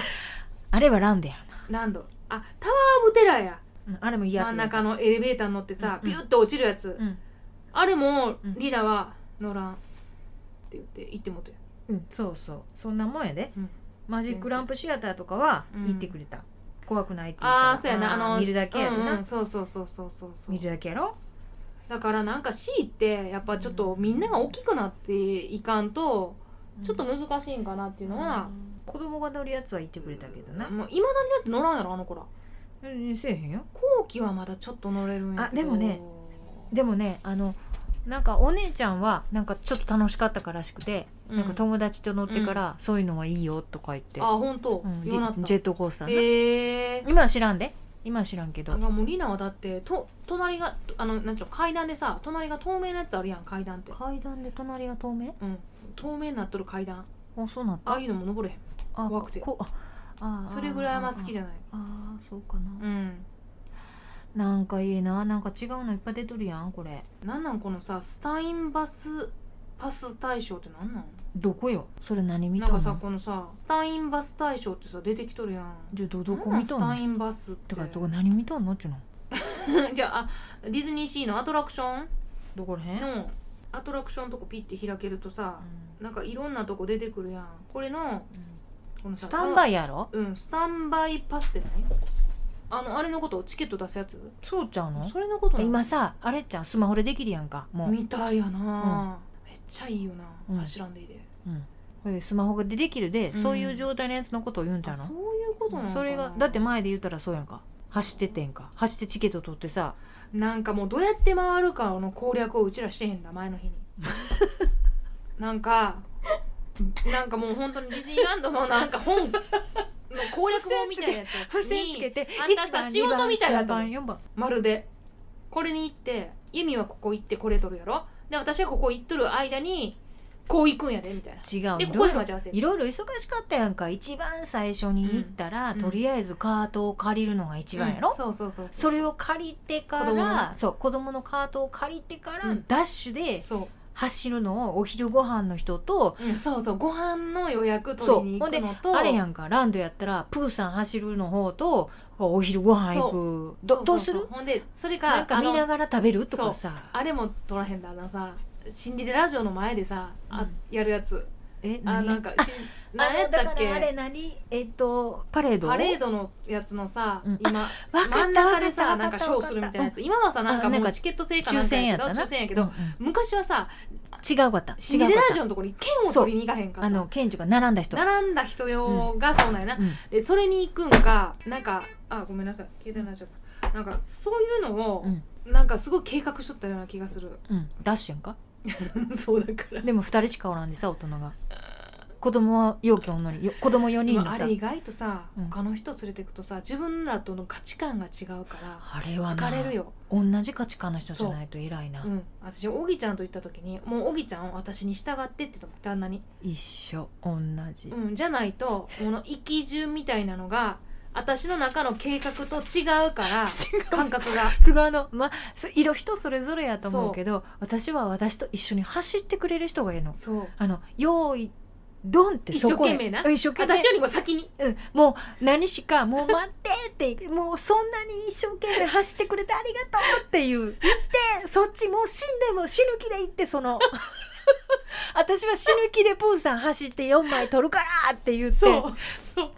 あれはランドやランドあタワー・オブ・テラーやな、あれも嫌っ真て言わんれた中のエレベーターに乗ってさ、うんピュッと落ちるやつ、うん、あれもうんリラは乗らんって言って行ってもとやうん、そうそうそんなもんやで、うんマジックランプシアターとかはうん行ってくれた、怖くないって言ったらああーそうやなあの見るだけやでな、うんうんそうそうそうそうそうそう見るだけやろだからなんか C ってやっぱちょっとみんなが大きくなっていかんとちょっとっ難しいんかなってていうのは、子供が乗るやつは行ってくれたけどな、もういまだにだって乗らんやろあの子らうん、せえへんよ後期はまだちょっと乗れるんやけどあでもねでもねあのなんかお姉ちゃんはなんかちょっと楽しかったからしくて、うんなんか友達と乗ってから、そういうのはいいよとか言って、あ本当、うんジようなっェたジェットコースターな、えー今は知らんで今は知らんけあどもうリナはだってと隣があのなんちゅうの階段でさ隣が透明なやつあるやん階段って、階段で隣が透明うん、透明になっとる階段あそうなったああいうのも登れへんあ怖くてこああそれぐらいはあんま好きじゃゃないああそうかな、うんなんかいいななんか違うのいっぱい出とるやんこれなんなんこのさスタインバスパス大賞ってなんなんどこよそれ何見なんたのかさこのさスタインバス大賞ってさ出てきとるやんじゃあどどこなんなん見とスんのタインバスっててかどこ何見とんのっちゅうの じゃああディズニーシーのアトラクションどこらへん、うんのアトラクションとこピッて開けるとさ、なんかいろんなとこ出てくるやんこれのこのさスタンバイイやろうんスタンバイパスってないあのあれのことチケット出すやつそうちゃうのそれのことなの今さあれっちゃんスマホでできるやんかもう、みたいやな、めっちゃいいよな、うん走らんでいいでうんこれスマホでできるで、んそういう状態のやつのことを言うんじゃあうのそういうことなのかなそれがだって前で言ったらそうやんか走っててんか走ってチケット取ってさなんかもうどうやって回るかの攻略をうちらしてへんだ前 の日になんかなんかもう本当にディズニーランドのなんか本の攻略本みたいなやつにてあんたさ仕事みたいだと思う4番まるでこれに行ってユミはここ行ってこれ取るやろで私はここ行っとる間にこう行くんやでみたいな違うでいころこいでろ待ち合わせいろいろ忙しかったやんか一番最初に行ったら、うんとりあえずカートを借りるのが一番やろ、うんそうそうそうそれをを借りてか子供らのそう子供のカートを借りてから、うんダッシュでそう走るのをお昼ご飯の人と、うんそうそうご飯の予約取りに行くのとあれやんかランドやったらプーさん走るの方とお昼ご飯行くどそうどそううすそうるほんでそれかなんかあの見ながら食べるとかさあれも撮らへんだあのさシンデレラ城の前でさあ、うんやるやつえあ何なんかし あ何やっただっからあれけ何えっとパレードパレードのやつのさ、うん今ドわ真かんったわ中かでったさわかなんっかた賞わすかっるみたいたなやつ今はさなんあかなもんうかチケット制かなんか抽やけど選やったな抽選やけけど、うんうん昔はさ違うかったシンデレ違うラかっ城のところに券を取りに行かへんかたったあの賢治が並んだ人並んだ人用がそうなんやな、うんでそれに行くんかなんかあごめんなさい携帯になっちゃったなんかそういうのを、なんかすごい計画しとったような気がする うんダッシュやんかそうだからでも2人しかおらんでさ大人が子供は陽気女によ子供4人まあのあされ意外とさ、うん他の人連れてくとさ自分らとの価値観が違うかあれらはな疲れるよ、同じ価値観の人じゃないと偉いなうん、私オギちゃんと行った時にもうオギちゃんを私に従ってって言ったもん旦那に、一緒同じうん、じゃないとこの生き順みたいなのが私の中の計画と違うから感覚が 違うのまあそ色人それぞれやと思うけど私は私と一緒に走ってくれる人がいいのそうあの用意ドンってそこへ一生懸命なうん一生懸命私よりも先にうん、もう何しか「もう待って」ってもうそんなに一生懸命走ってくれてありがとうっていう行ってそっちもう死んでも死ぬ気で行ってそ の私は死ぬ気でプーさん走って4枚取るからって言ってとりあそうそう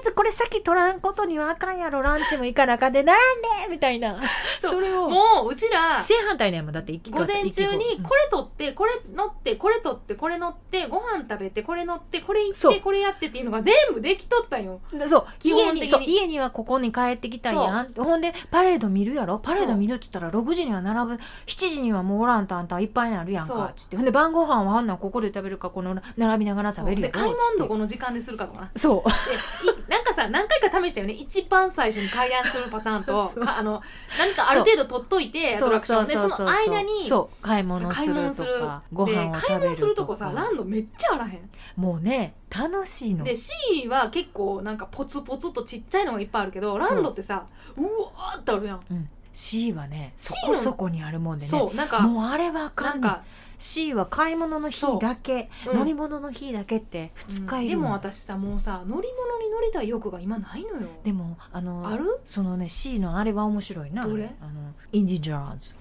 えずこれ先取らんことにはあかんやろランチも行かなあかんで並んでみたいなそうれをもううちら正反対ねもんだって行き午前中にこれれ取ってこれ乗ってこれ取ってこれ乗ってご飯食べてこれ乗ってこれ行っそうてこれやってっていうのが全部できとったんよそう基家本に的にそう家にはここに帰ってきたんやんほんでパレード見るやろパレード見るって言ったら6時には並ぶ7時にはもうおらんとあんたいっぱいになるやんそかうつってほんで晩ご飯はあんなんここで食べるかこの並びながら食べるでよ買い物どつってこの時間でするかとかなそうでいなんかさ何回か試したよね一番最初に開案するパターンと そうかあの何かある程度取っといてアトラクションでその間にそう買い物す買いる物とするかごで飯を食べるとか買い物するとこさランドめっちゃあらへんもうね楽しいので C は結構なんかポツポツとちっちゃいのがいっぱいあるけどそうランドってさうわーってあるやん、うん C はねそ C このそこにあるもんでねそうなんかもうあれはあかなんんねんか、 C は買い物の日だけ、うん乗り物の日だけって2日いでるのも私さもうさ乗り物に乗りたい欲が今ないのよでもあのあるそのね C のあれは面白いなどれあのインディ・ジョーン ズ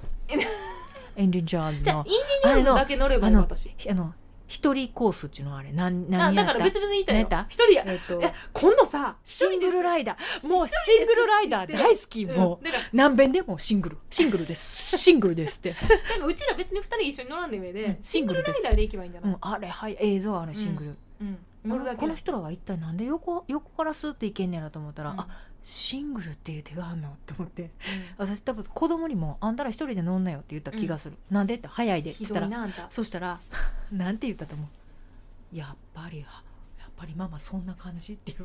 インディ・ジョーンズじゃあのインディ・ニャーズだけ乗ればいいあのの私あの一人コースっていうのはあれなんあ何やだっかたら別々に言いたいよ何やった一人やえっとえ今度さシングルライダーもう一シングルライダーで大好き人でもうんだからう何遍でもシングルシングルですシングルですってなんかうちら別に二人一緒に乗らんでもいいで、うんシングルライダーで行けばいいんじゃうないん、あれはい映像あるシングル、うん、乗るだけこの人らは一体なんで横横からスーッていけんねやろと思ったら、うんあシングルっていう手があるのって思って私多分子供にも「あんたら一人で飲んなよ」って言った気がする「なんで?」って「早いで」うんってひ言ったどいらなあん たそうしたらなんて言ったと思う「やっぱりあやっぱりママそんな感じ」 っていう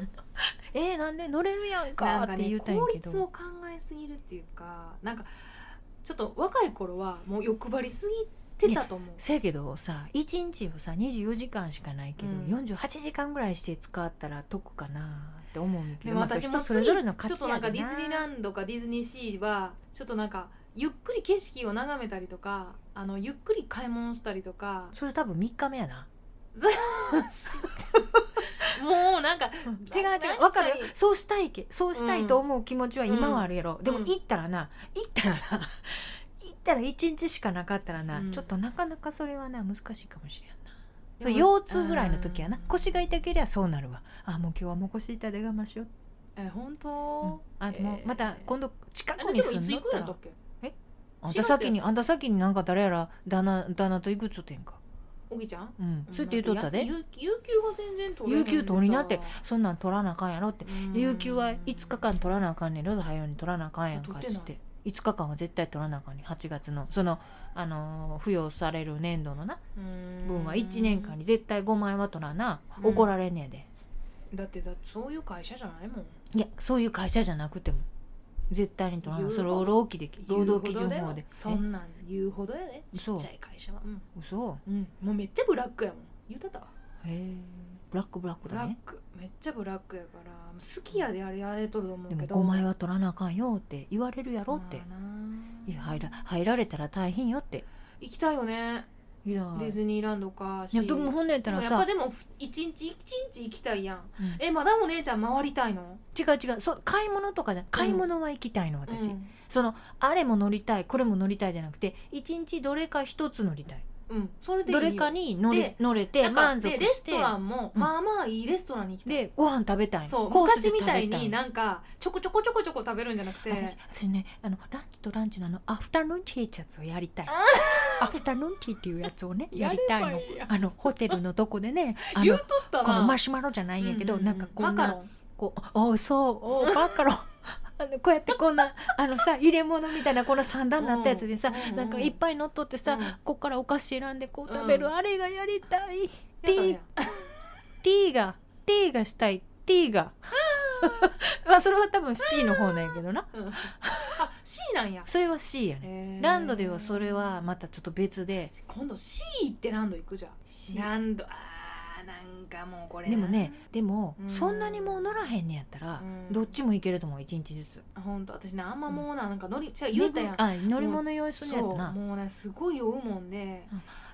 「えー、なんで乗れるやんなか」んかってね言ったんや効け率をど、考えすぎるっていうかなんかちょっと若い頃はもう欲張りすぎてたと思うせやけどさ1日をさ24時間しかないけど、うん48時間ぐらいして使ったら得かなって思うけどでもまあそれ私も人それぞれの価ちょっ値となやんかでディズニーラなンドかディズニーシーはちょっとなんかゆっくり景色を眺めたりとかあのゆっくり買い物したりとかそれ多分3日目やなもうなんか違うな違何うわかるよかにそうしたいけそうしたいと思う気持ちは今はあるやろ、でもうん行ったらな行ったらな 行ったら一日しかなかったらな、うんちょっとなかなかそれはな難しいかもしれんなでそもう腰痛ぐらいの時やなうん腰が痛けりゃそうなるわあもう今日はもう腰痛で我慢しようえ本うん当、あでもえーまた今度近あくれでにもい住んどっつ行くんたやったらっけあんた先にあんた先になんか誰やら旦那旦那と行くっつってんかおぎちゃんうんそうやって言うとったで有有給が全然取れへん有給取りなってでさそんなん取らなあかんやろってうん有給は5日間取らなあかんねんろ早うに取らなあかんやんかっあ取ってつなっいて5日間は絶対取らなあかんねん8月のその、あのー付与される年度のなうん分は1年間に絶対5万円は取らなうん怒られんねやでだってだってそういう会社じゃないもんいやそういう会社じゃなくても絶対に取らな言うそれを労基で労働基準言う法ほどだでよそんなん言うほどやでちそっうちゃい会社はうん、え嘘うん、もうめっちゃブラックやもん言うてたわへえブラックブラックブだラッねクめっちゃブラックやから好きやであれやれとると思でうもけど5万円は取らなあかんよって言われるやろってまあないや入ら入られたら大変よって行きたいよねいやディズニーランドかいやでもで本音やったもらやっぱさでも一日一日行きたいやんうんえまだお姉ちゃん回りたいの違う違うそう買い物とかじゃ買い物は行きたいの私、うんそのあれも乗りたいこれも乗りたいじゃなくて一日どれか一つ乗りたいうんそれでいいどよれかに乗りで乗れてなんか満足でレしスてトランも、うんまあまあいいレストランに行きたいでご飯食べたいそうコースで食昔べみたたいいになんかちょこちょこちょこちょこ食べるんじゃなくて私私ねあのランチとランチのあのアフタヌーンティーってやつをやりたいあアフタヌーンティーっていうやつをねやりたい やれのばいいやんあのホテルのとこでねあ言のうとったなこのマシュマロじゃないんやけど、うううなんかこんマカなロンこうおそうおうマカロンあのこうやってこんなあのさ入れ物みたいなこの三段になったやつでさ、うんなんかいっぱい乗っとってさ、うんこっからお菓子選んでこう食べる、うんあれがやりたいやったらええやん T が T がしたい T が まあそれは多分 C の方なんやけどなうんあ C なんやそれは C やね、へーランドではそれはまたちょっと別で、今度 C 行ってランド行くじゃんランドあーなんかもうこれなでもねでも、うんそんなにもう乗らへんねやったら、うんどっちも行けると思う一日ずつほんと私なあんまもうななんか乗り違う言うたやんあ乗り物用意するんやそっうたなもうねすごい酔うもんで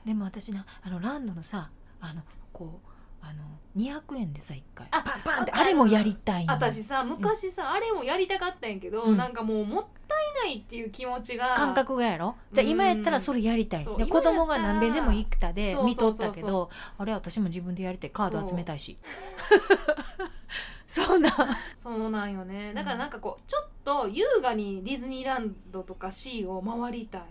でも私なあのランドのさあのこうあの200円でさ一回あパンパンってああれもやりたいの私さ昔さあれもやりたかったんやけどうんなんかもうもったいないっていう気持ちが感覚がやろじゃあうん今やったらそれやりたいそうで今や子ったら供が何べんでも行くたでそう見とったけそうそどあれ私も自分でやりたいカード集めたい しそうなんそうなんよねだからなんかこうちょっと優雅にディズニーランドとか C を回りたい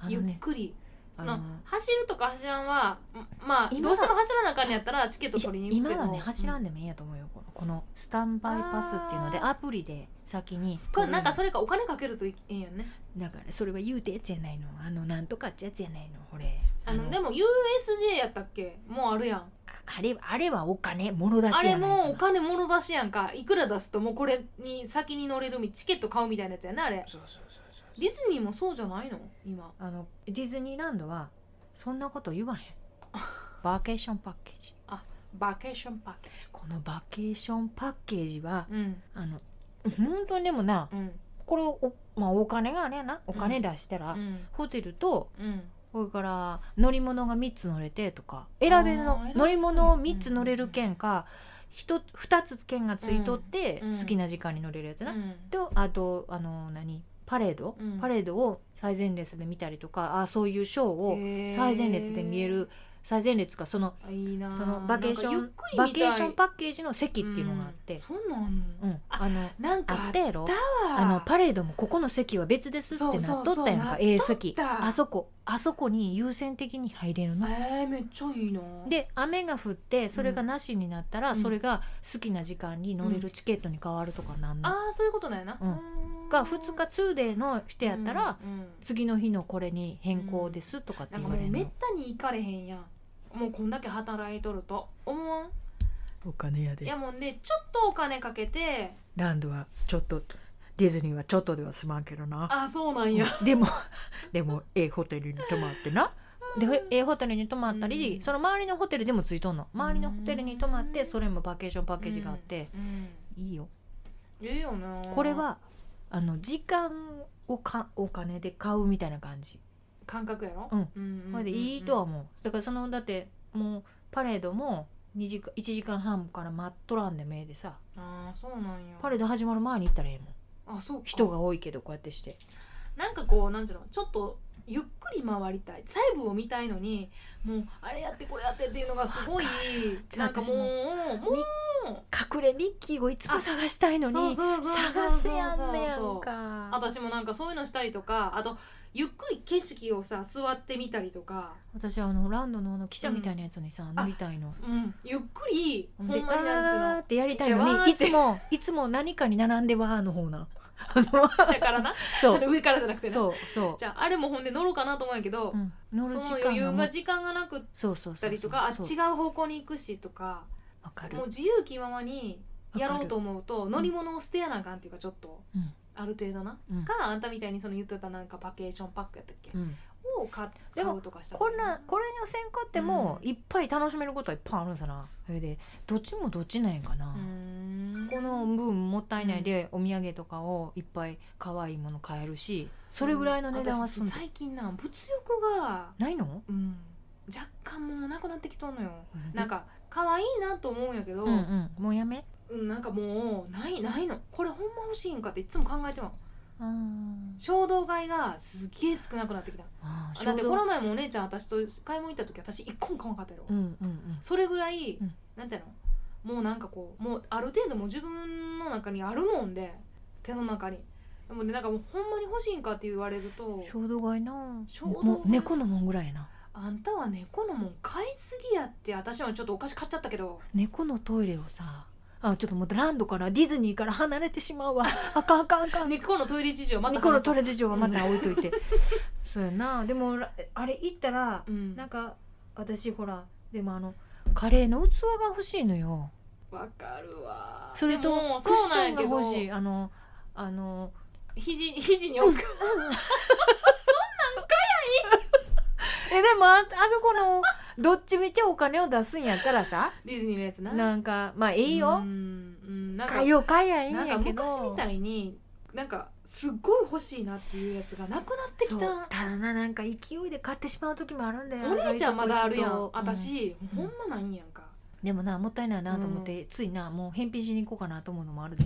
あゆのっねくりそあのの走るとか走らんはんまあ今どうしても走らなあかんのやったらチケット取りに行く今けどはね走らんでもいいやと思うよこのこのスタンバイパスっていうのであーアプリで先にこれなんかそれれかお金かけるといいんやんねだからそれは言うてやつやないのあのなんとかってやつやないのこれあのでも USJ やったっけもうあるやんあれあれはお金もろ出あしれやないかなもお金もろ出しやんかいくら出すともうこれに先に乗れるみチケット買うみたいなやつやなあれそうそうそうそうディズニーもそうじゃないの今あのディズニーランドはそんなこと言わへん バケーションパッケージバケーションパッケこのバケーションパッケージはージうんあの本当にでもなうんこれをお,、まあ、お金があれやなお金出したら、うんホテルとうんそれから乗り物が3つ乗れてとか選べるのあー選べる乗り物を3つ乗れる券か1 2つ券がついとって、うんうん好きな時間に乗れるやつうな、んとあとあの何パレード、うんパレードを最前列で見たりとかあそういうショーをへー最前列で見える最前列かそのあいいなあそのバケーショなんンかゆっバくり見たケいーションパッケージの席っていうのがあってん、そんなんあんのうんあのなんかあったやろああのパレードもここの席は別ですってなっとったやんそうそうそうなっとかったええ席あそこあそこに優先的に入れるの。えー、めっちゃいいなで雨が降ってそれがなしになったら、うんそれが好きな時間に乗れるチケットに変わるとかなんの、ああそういうことなんやな、うんうーんが2日 2day の人やったら、うんうん次の日のこれに変更ですとかってなん言わかもれるうの、めったに行かれへんやんもうこんだけ働いとると思わんお金やいやもうねちょっとお金かけてランドはちょっとディズニーはちょっとではすまんけどなあそうなんやでも でもええホテルに泊まってなでええホテルに泊まったり、うんその周りのホテルでもついとんの周りのホテルに泊まっうてんそれもバケーションパッケージがあって、、うんいいようんいいよなこれはあの時間をかお金で買うみたいな感じ感覚やろうんうんこれでいいとは思うだからそのだってもうパレードも2時間1時間半から待っとらんでもええでさああそうなんやパレード始まる前に行ったらええもんあそうか人が多いけどこうやってしてなんかこうなんちゅうのちょっとゆっくり回りたい細部を見たいのにもうあれやってこれやってっていうのがすごいちょなんかもうもう隠れミッキーをいつも探したいのにそうそうそうそうそう探せやんねやんか私もなんかそういうのしたりとかあとゆっくり景色をさ座ってみたりとか、私あのランドのあの汽車みたいなやつにさ、乗りたいの。うん、ゆっくりほんまでにわなーんってやりたいのいやわにーいってつもいつも何かに並んでわーの方な ちの下からなそあのう上からじゃなくてなそうそうじゃああれもほんで乗ろうかなと思うんやけど、うん、乗るそ時の間余裕もが時間がなくっそうそうそうそたうりとかあそう違う方向に行くしとかわかるもう自由気ままにやろうとわか思うと乗り物を捨てやなあかんっていうかちょっと、うんある程度な、うんかあんたみたいにその言ってたなんかバケーションパックやったっけ、る、うん、を買でも買うとかしたこんなこれにはせんかっても、うんいっぱい楽しめることはいっぱいあるんさなそれでどっちもどっちなんやかな、うーんこの分もったいないで、お土産とかをいっぱい可愛いもの買えるしそれぐらいの値段はすそんうで最近な物欲が、ないの、うん、若干もうなくなってきとんのようんなんか可愛いなと思うんやけど、うんうん、もうやめうんなんかもうないないのこれほんま欲しいんかっていつも考えてもあー衝動買いがすげえ少なくなってきたあーだってこ衝動の前もお姉ちゃん私と買い物行った時私一個も買わんかったやろ、うんうんうんそれぐらい、うんなんていうのもうなんかこうもうある程度もう自分の中にあるもんで手の中にでもねなんかもうほんまに欲しいんかって言われると衝動買いな衝動買いもう猫のもんぐらいやなあんたは猫のもん買いすぎやって私はちょっとお菓子買っちゃったけど猫のトイレをさあちょっともうランドからディズニーから離れてしまう わあかんあかんあかん猫のトイレ事情また話猫のトそうイレ事情はまた置いといて そうやなでもらあれ行ったらうんなんか私ほらでもあのカレーの器が欲しいのよわかるわそれとでもクッションが欲そうなんしやいあのあのけど肘に肘に置く えでもああそこのどっちみちお金を出すんやったらさディズニーのやつ ななんかまあえいえうよんうんなんか買いよう買いやいいんなんかやけど昔みたいになんかすっごい欲しいなっていうやつがなくなってきそうたただななんか勢いで買ってしまう時もあるんだよお姉ちゃんまだあるや意ん外とこういうのうん私、うほんんまないんやんかでもなもったいないなと思って、ついなもう返品しに行こうかなと思うのもあるで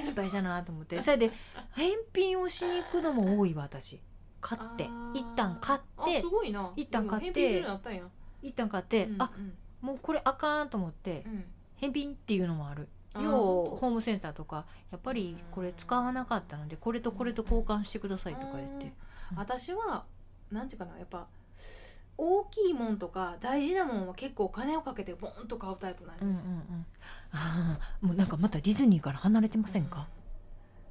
失敗したなと思ってそれで返品をしに行くのも多いわ私買ってあー一旦買ってあすごいな一旦買ってでも返品するようになったんや、一旦買って、うんあもうこれあかんと思ってうんうん返品っていうのもあるあー要ホームセンターとかやっぱりこれ使わなかったのでこれとこれと交換してくださいとか言ってうん私はなんていうかなやっぱ大きいもんとか大事なもんは結構お金をかけてボーンと買うタイプなんやうんうんうん あーもうなんかまたディズニーから離れてませんか、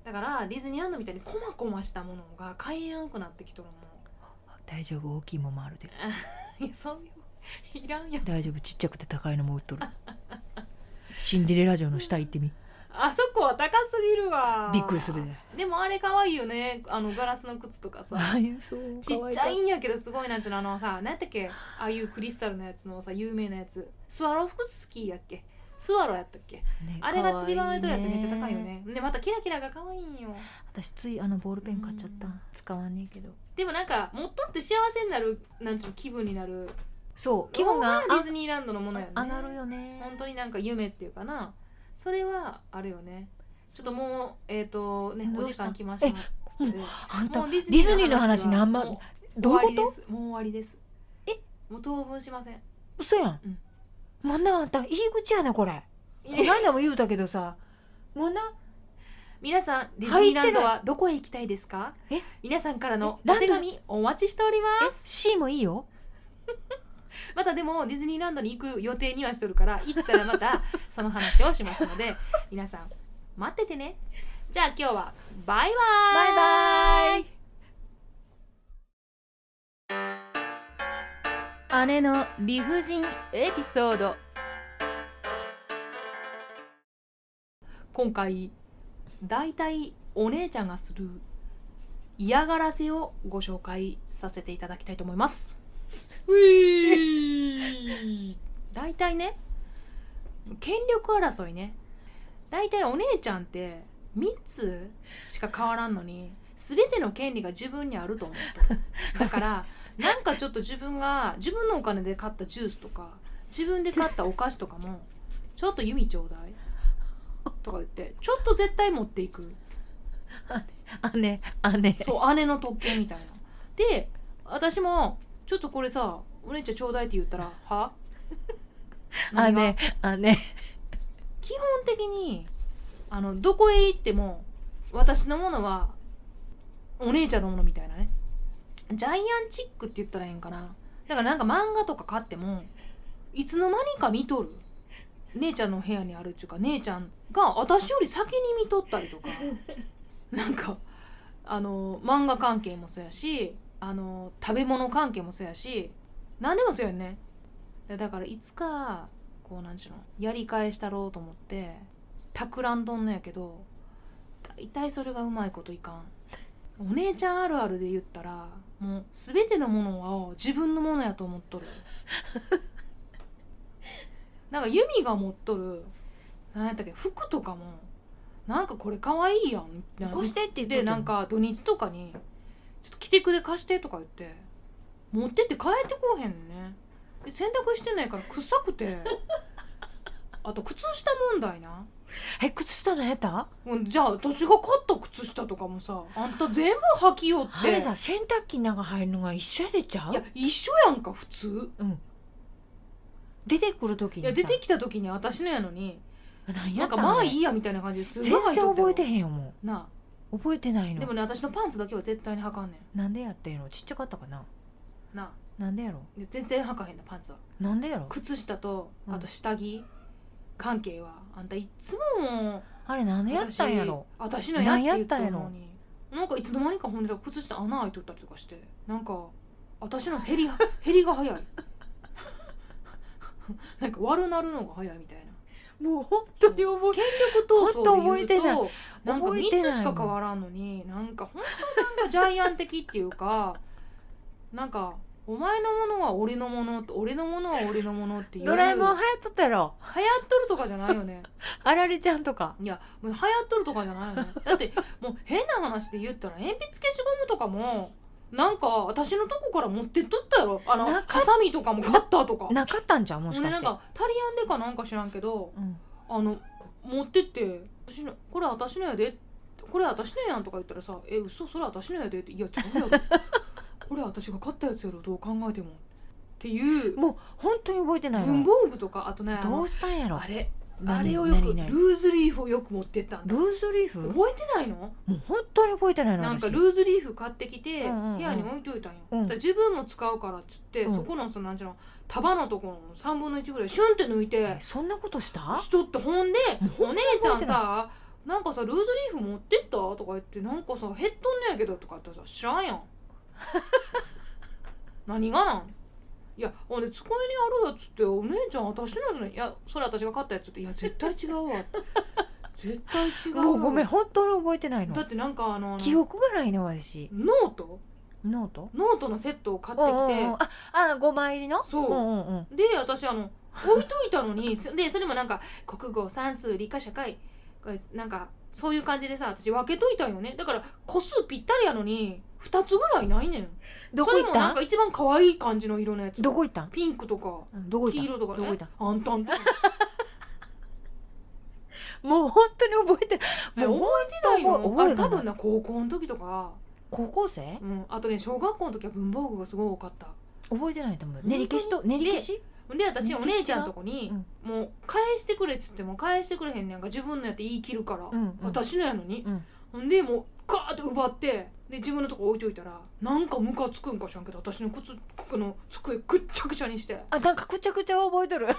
だからディズニーランドみたいにこまこましたものが買えやんくなってきと るも大丈夫大きいもんもあるでんいやそういういらんやん大丈夫ちっちゃくて高いのも売っ とるシンデレラ城の下行ってみあそこは高すぎるわびっくりするででもあれ可愛いよねあのガラスの靴とか さああいうそうちっちゃいんやけどすごいなんちゅうのあのさ何やったっけああいうクリスタルのやつのさ有名なやつスワロフスキーやっけスワロやったっけあれがちりばめとるやつめっちゃ高いよねでまたキラキラが可愛いんよ私ついあのボールペン買っちゃったうん使わんねえけどでもなんか持っとって幸せになるなんちゅうの気分になるそう気分がそれディズニーランドのものやねあ上がるよね本当になんか夢っていうかなそれはあるよねちょっともうえっ、とねどおう時した間来ましたえのであんたあんたもうデディズニーの話なんまもうどういう終わこりですもう終わりですもう当分しませんと嘘やん、うんもうなあんた入り口やなこれこないだも言うたけどさもうな皆さんディズニーランドはどこへ行きたいですかえ皆さんからのえおランド手紙お待ちしております C もいいよまたでもディズニーランドに行く予定にはしとるから行ったらま たその話をしますので皆さん待っててねじゃあ今日はバイバイバイバイ姉の理不尽エピソード今回大体お姉ちゃんがする嫌がらせをご紹介させていただきたいと思います。大体ね権力争いね大体お姉ちゃんって3つしか変わらんのに全ての権利が自分にあると思うとだからなんかちょっと自分が自分のお金で買ったジュースとか自分で買ったお菓子とかもちょっとユミちょうだいとか言ってちょっ と絶対持っていく姉姉そう姉の特権みたいなで私も「ちょっとこれさお姉ちゃんちょうだい」って言ったら「は?」 あ何がねあね基本的にあのどこへ行っても私のものはお姉ちゃんのものみたいなねジャイアンチックって言ったらええんかなだからなんか漫画とか買ってもいつの間にか見とる姉ちゃんの部屋にあるっていうか姉ちゃんが私より先に見とった りとかなんかあの漫画関係もそうやしあの食べ物関係もそうやし何でもそうやんねでだからいつかこうなんちゅうのやり返したろうと思って企んどんのやけど大体それがうまいこといかんお姉ちゃんあるあるで言ったらもう全てのものは自分のものやと思っとる なんかユミが持っとるなんやったっけ服とかもなんかこれかわいいやんみたいな起こしてって言っとでいてなんか土日とかに「ちょっと着てくれ貸して」とか言って持ってって帰ってこうへんねで洗濯してないから臭く てあと靴下問題なえ靴下の下手もうじゃあ私が買った靴下とかもさあんた全部履きよってあれさ洗濯機の中入るのが一緒やでちゃいやう一緒やんか普通出てくる時にいさや出てきた時に私のやのに何なやんったかんまあれいいやみたいな感じですごい全履い然とった覚えてよへんよもなう覚えてないうのでもね私のパンツだけは絶対に履かんねなんでやってんのちっちゃかったかなんななんでやろいや全然履かへんなパンツはなんでやろ靴下とうんあと下着関係はあんたいっつももうあれ何やったんやろ私私のやって言ったのになんかいつの間にかほんで靴下穴開いとったりとかしてなんか私の減り減りが早い なんか悪なるのが早いみたいなもう本当に覚え権力闘ほんと争覚でえ言てうないとなんか覚えてない3つしか変わらんのになんかほんとなんかジャイアン的っていうかなんかお前のものは俺のもの俺のものは俺のものっていうドラえもん流流行行っとったやろっとるとかじゃないよねあられちゃんとか いやもう流行っとるとかじゃないよねだってもう変な話で言ったら鉛筆消しゴムとかもなんか私のとこから持ってっとったやろあのなかハサミとかもカッターとかなかったんじゃんもしほんかでしなんて、かタリアンでかなんか知らんけどうん、あの持ってって私の「これ私のやで」これ私のやん」とか言ったらさ「え嘘それ私のやで」って「いやちゃ うやろこれ私が買ったやつやろどう考えても」っていうもう本当に覚えてない文の房具とかあとねあどのうしたんやろあれあ何れをよく何ル何ーズリーフをよく持ってったんだルーズリーフも覚えてないのう本当に覚えてないのなん私かルーズリーフ買ってきてうんうんうん部屋に置いといたんよ、うんだから自分も使うからっつって、うんそこのそのなんちゅうの束のところの3分の1ぐらいシュンって抜いてえそんなことしたしとってほんでもうほお姉ちゃん覚えてさなんかさルーズリーフ持ってったとか言ってなんかさ減っとんねやけどとか言ったらさ知 らんやん何がなんいやほんで机にあるやつってお姉ちゃん私のじゃないいやそれ私が買ったやつっていや絶対違うわ 絶対違うわもうごめん本当に覚えてないだのってなんかあの記憶がないの私ノートノートノートのセットを買ってうんうんうんきああ5枚入りのそうんうんうんてで私あの置いといたのに でそれもなんか国語算数理科社会これなんかそういう感じでさ私分けといたんよねだから個数ぴったりやのに2つぐらいないねんどこそ行れっもなんたか一番可愛い感じの色のやつどこ行ったんピンクとかうんどこ行黄った色とかどこ行ねったあん たあんたもう本当に覚えてないもう覚本当覚ええてないのあれてない多分な高校の時とか、高校生うん、あとね小学校の時は文房具がすごい多かった覚えてないと思う当に練り消しと練り消しで私歴史がお姉ちゃんとこにうん「もう返してくれ」っつっても返してくれへんねんか自分のやって言い切るから、うんうん私のやのにう、んほん、でもうガーって奪ってで自分のとこ置いといたらなんかムカつくんか知らんけど私の靴服の机ぐっちゃぐちゃにしてあなんかくちゃくちゃは覚えとる違う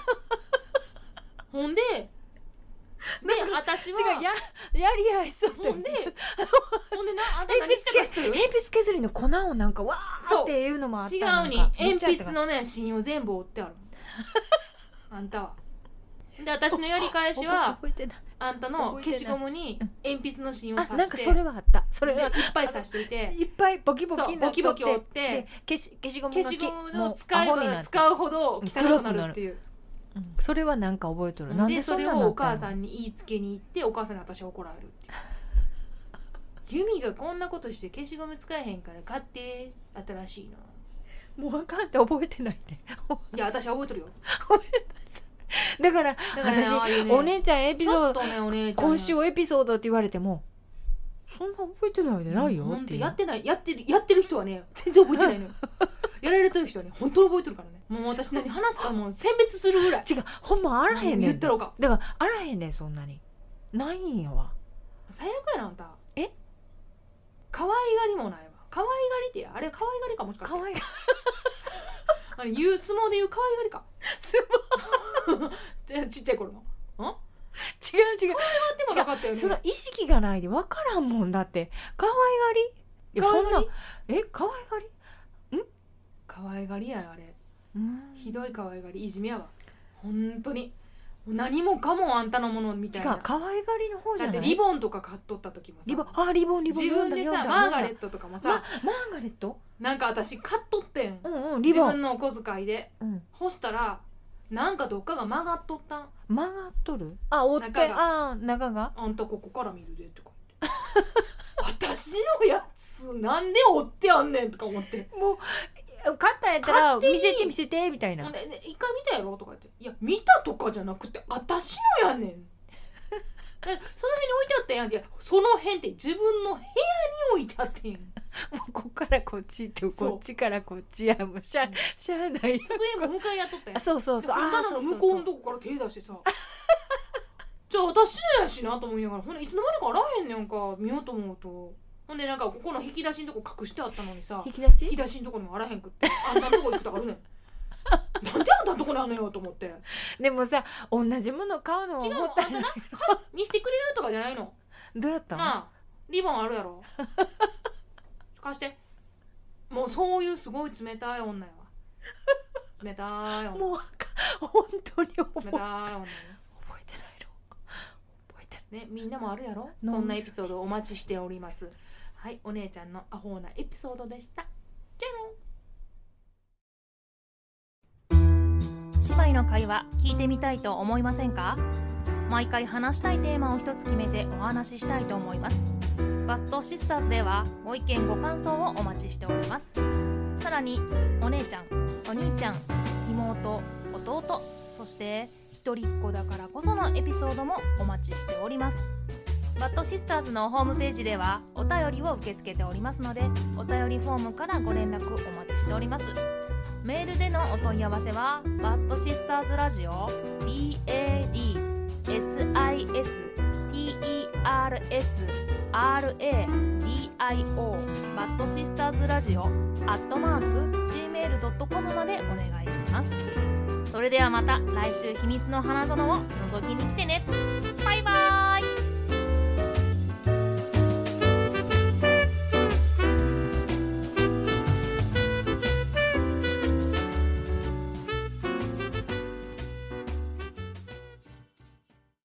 ほんでで私はややり合いそうって ほんでほんでなあんた何してかしとる鉛筆削りの粉をなんかわーっていうのもあった違なうんにかめっちゃあ鉛ったか筆らのね芯を全部折ってあるあんたはで私のやり返 しは覚えてないあんたの覚えて消ないしゴムに鉛筆の芯を刺してあなんかそれはあったそれでいはっぱい刺していていっぱいボキボそキうになボっとってキボキ折ってで消し消しゴムが消しゴムを使えもうアホになばって使うほど汚くなるっていううんそれはなんか覚えとるなんででそそんれなをんなおったの母さんに言いつけに行ってお母さんに私は怒られるっていうユミがこんなことして消しゴム使えへんから買って新しいのもうあかんって覚えてないねいや私は覚えとるよだからだからね私ああいうねお姉ちゃんエピちょソっードとねお姉ちゃん今週エピソードって言われてもそんな覚えてないでないよほんっとていうやってないやってるやってる人はね全然覚えて ないのよやられてる人はね本当に覚えてるからねもう私何話すかもう選別するぐらい違うほんまあらへんね言っんただかろうからあらへんねんそんなにないんやわ最悪やなあんたえ可愛がりもないわ可愛がりってあれ可愛がりかもしかしてかわいいあれ言う相撲で言う可愛がりかすでちっちゃ い頃のごい違う違うでもなかったよねその意識がないで分からんもんだって可愛がりいや可そ愛んがなりえ可愛がり可愛がりやあれうんひどい可愛がりいじめやわ本当にもう何もかもあんたのものみた違いうな可愛がりの方じだゃっないてリボンとか買っとった時もさリボンあリボンリボン自分で読さんだマー読んだガレットとかもさ、まマーガレットなんか私買っとってんうんうんリ自ボ分ンのお小遣いでうん干したらなんかどっかが曲がっとったん曲がっとるあ折って中あー長があんたここから見るでとか 言って私のやつなんで追ってあんねんとか思ってもう買ったんやったら勝手に見せて見せてみたいほなんでで一回見たやろとか言って「いや見たとかじゃなくて私の やねん」でその辺に置いてあったやん」っていやその辺って自分の部屋に置いてあってんもうこっからこっちとそうこっちからこっちやもうしゃしゃあないやん机も向かいやっとったやあんそうそうでそうほんなあらそうのそう向こうのとこから手 出してさじゃあ私のやしなと思いながらほんでいつの間にか洗えへんねんか見ようと思うとほんでなんかここの引き出しのとこ隠してあったのにさ引き出し引き出しのとこにもあらへんくってあんたんとこ行くとあ るねんなんであんたんとこにあんのよと思ってでもさ同じもの買うのは違うものっあたんいたないな貸し見してくれるとかじゃないのどうやったのなあリボンあるやろ貸してもうそういうすごい冷たい女やわ冷たい女もうあかん本当に覚え冷覚たい女よえてないの覚えてないねみんなもあるやろ飲みそんなエピソードお待ちしておりますはいお姉ちゃんのアホなエピソードでしたじゃあの姉妹の会話聞いてみたいと思いませんか毎回話したいテーマを一つ決めてお話ししたいと思いますバストシスターズではご意見ご感想をお待ちしておりますさらにお姉ちゃんお兄ちゃん妹弟そして一人っ子だからこそのエピソードもお待ちしておりますバッドシスターズのホームページではお便りを受け付けておりますのでお便りフォームからご連絡お待ちしておりますメールでのお問い合わせはバッドシスターズラジオ BADSISTERSRADIO バッドシスターズラジオアットマーク Gmail.com までお願いしますそれではまた来週秘密の花園を覗きに来てねバイバーイ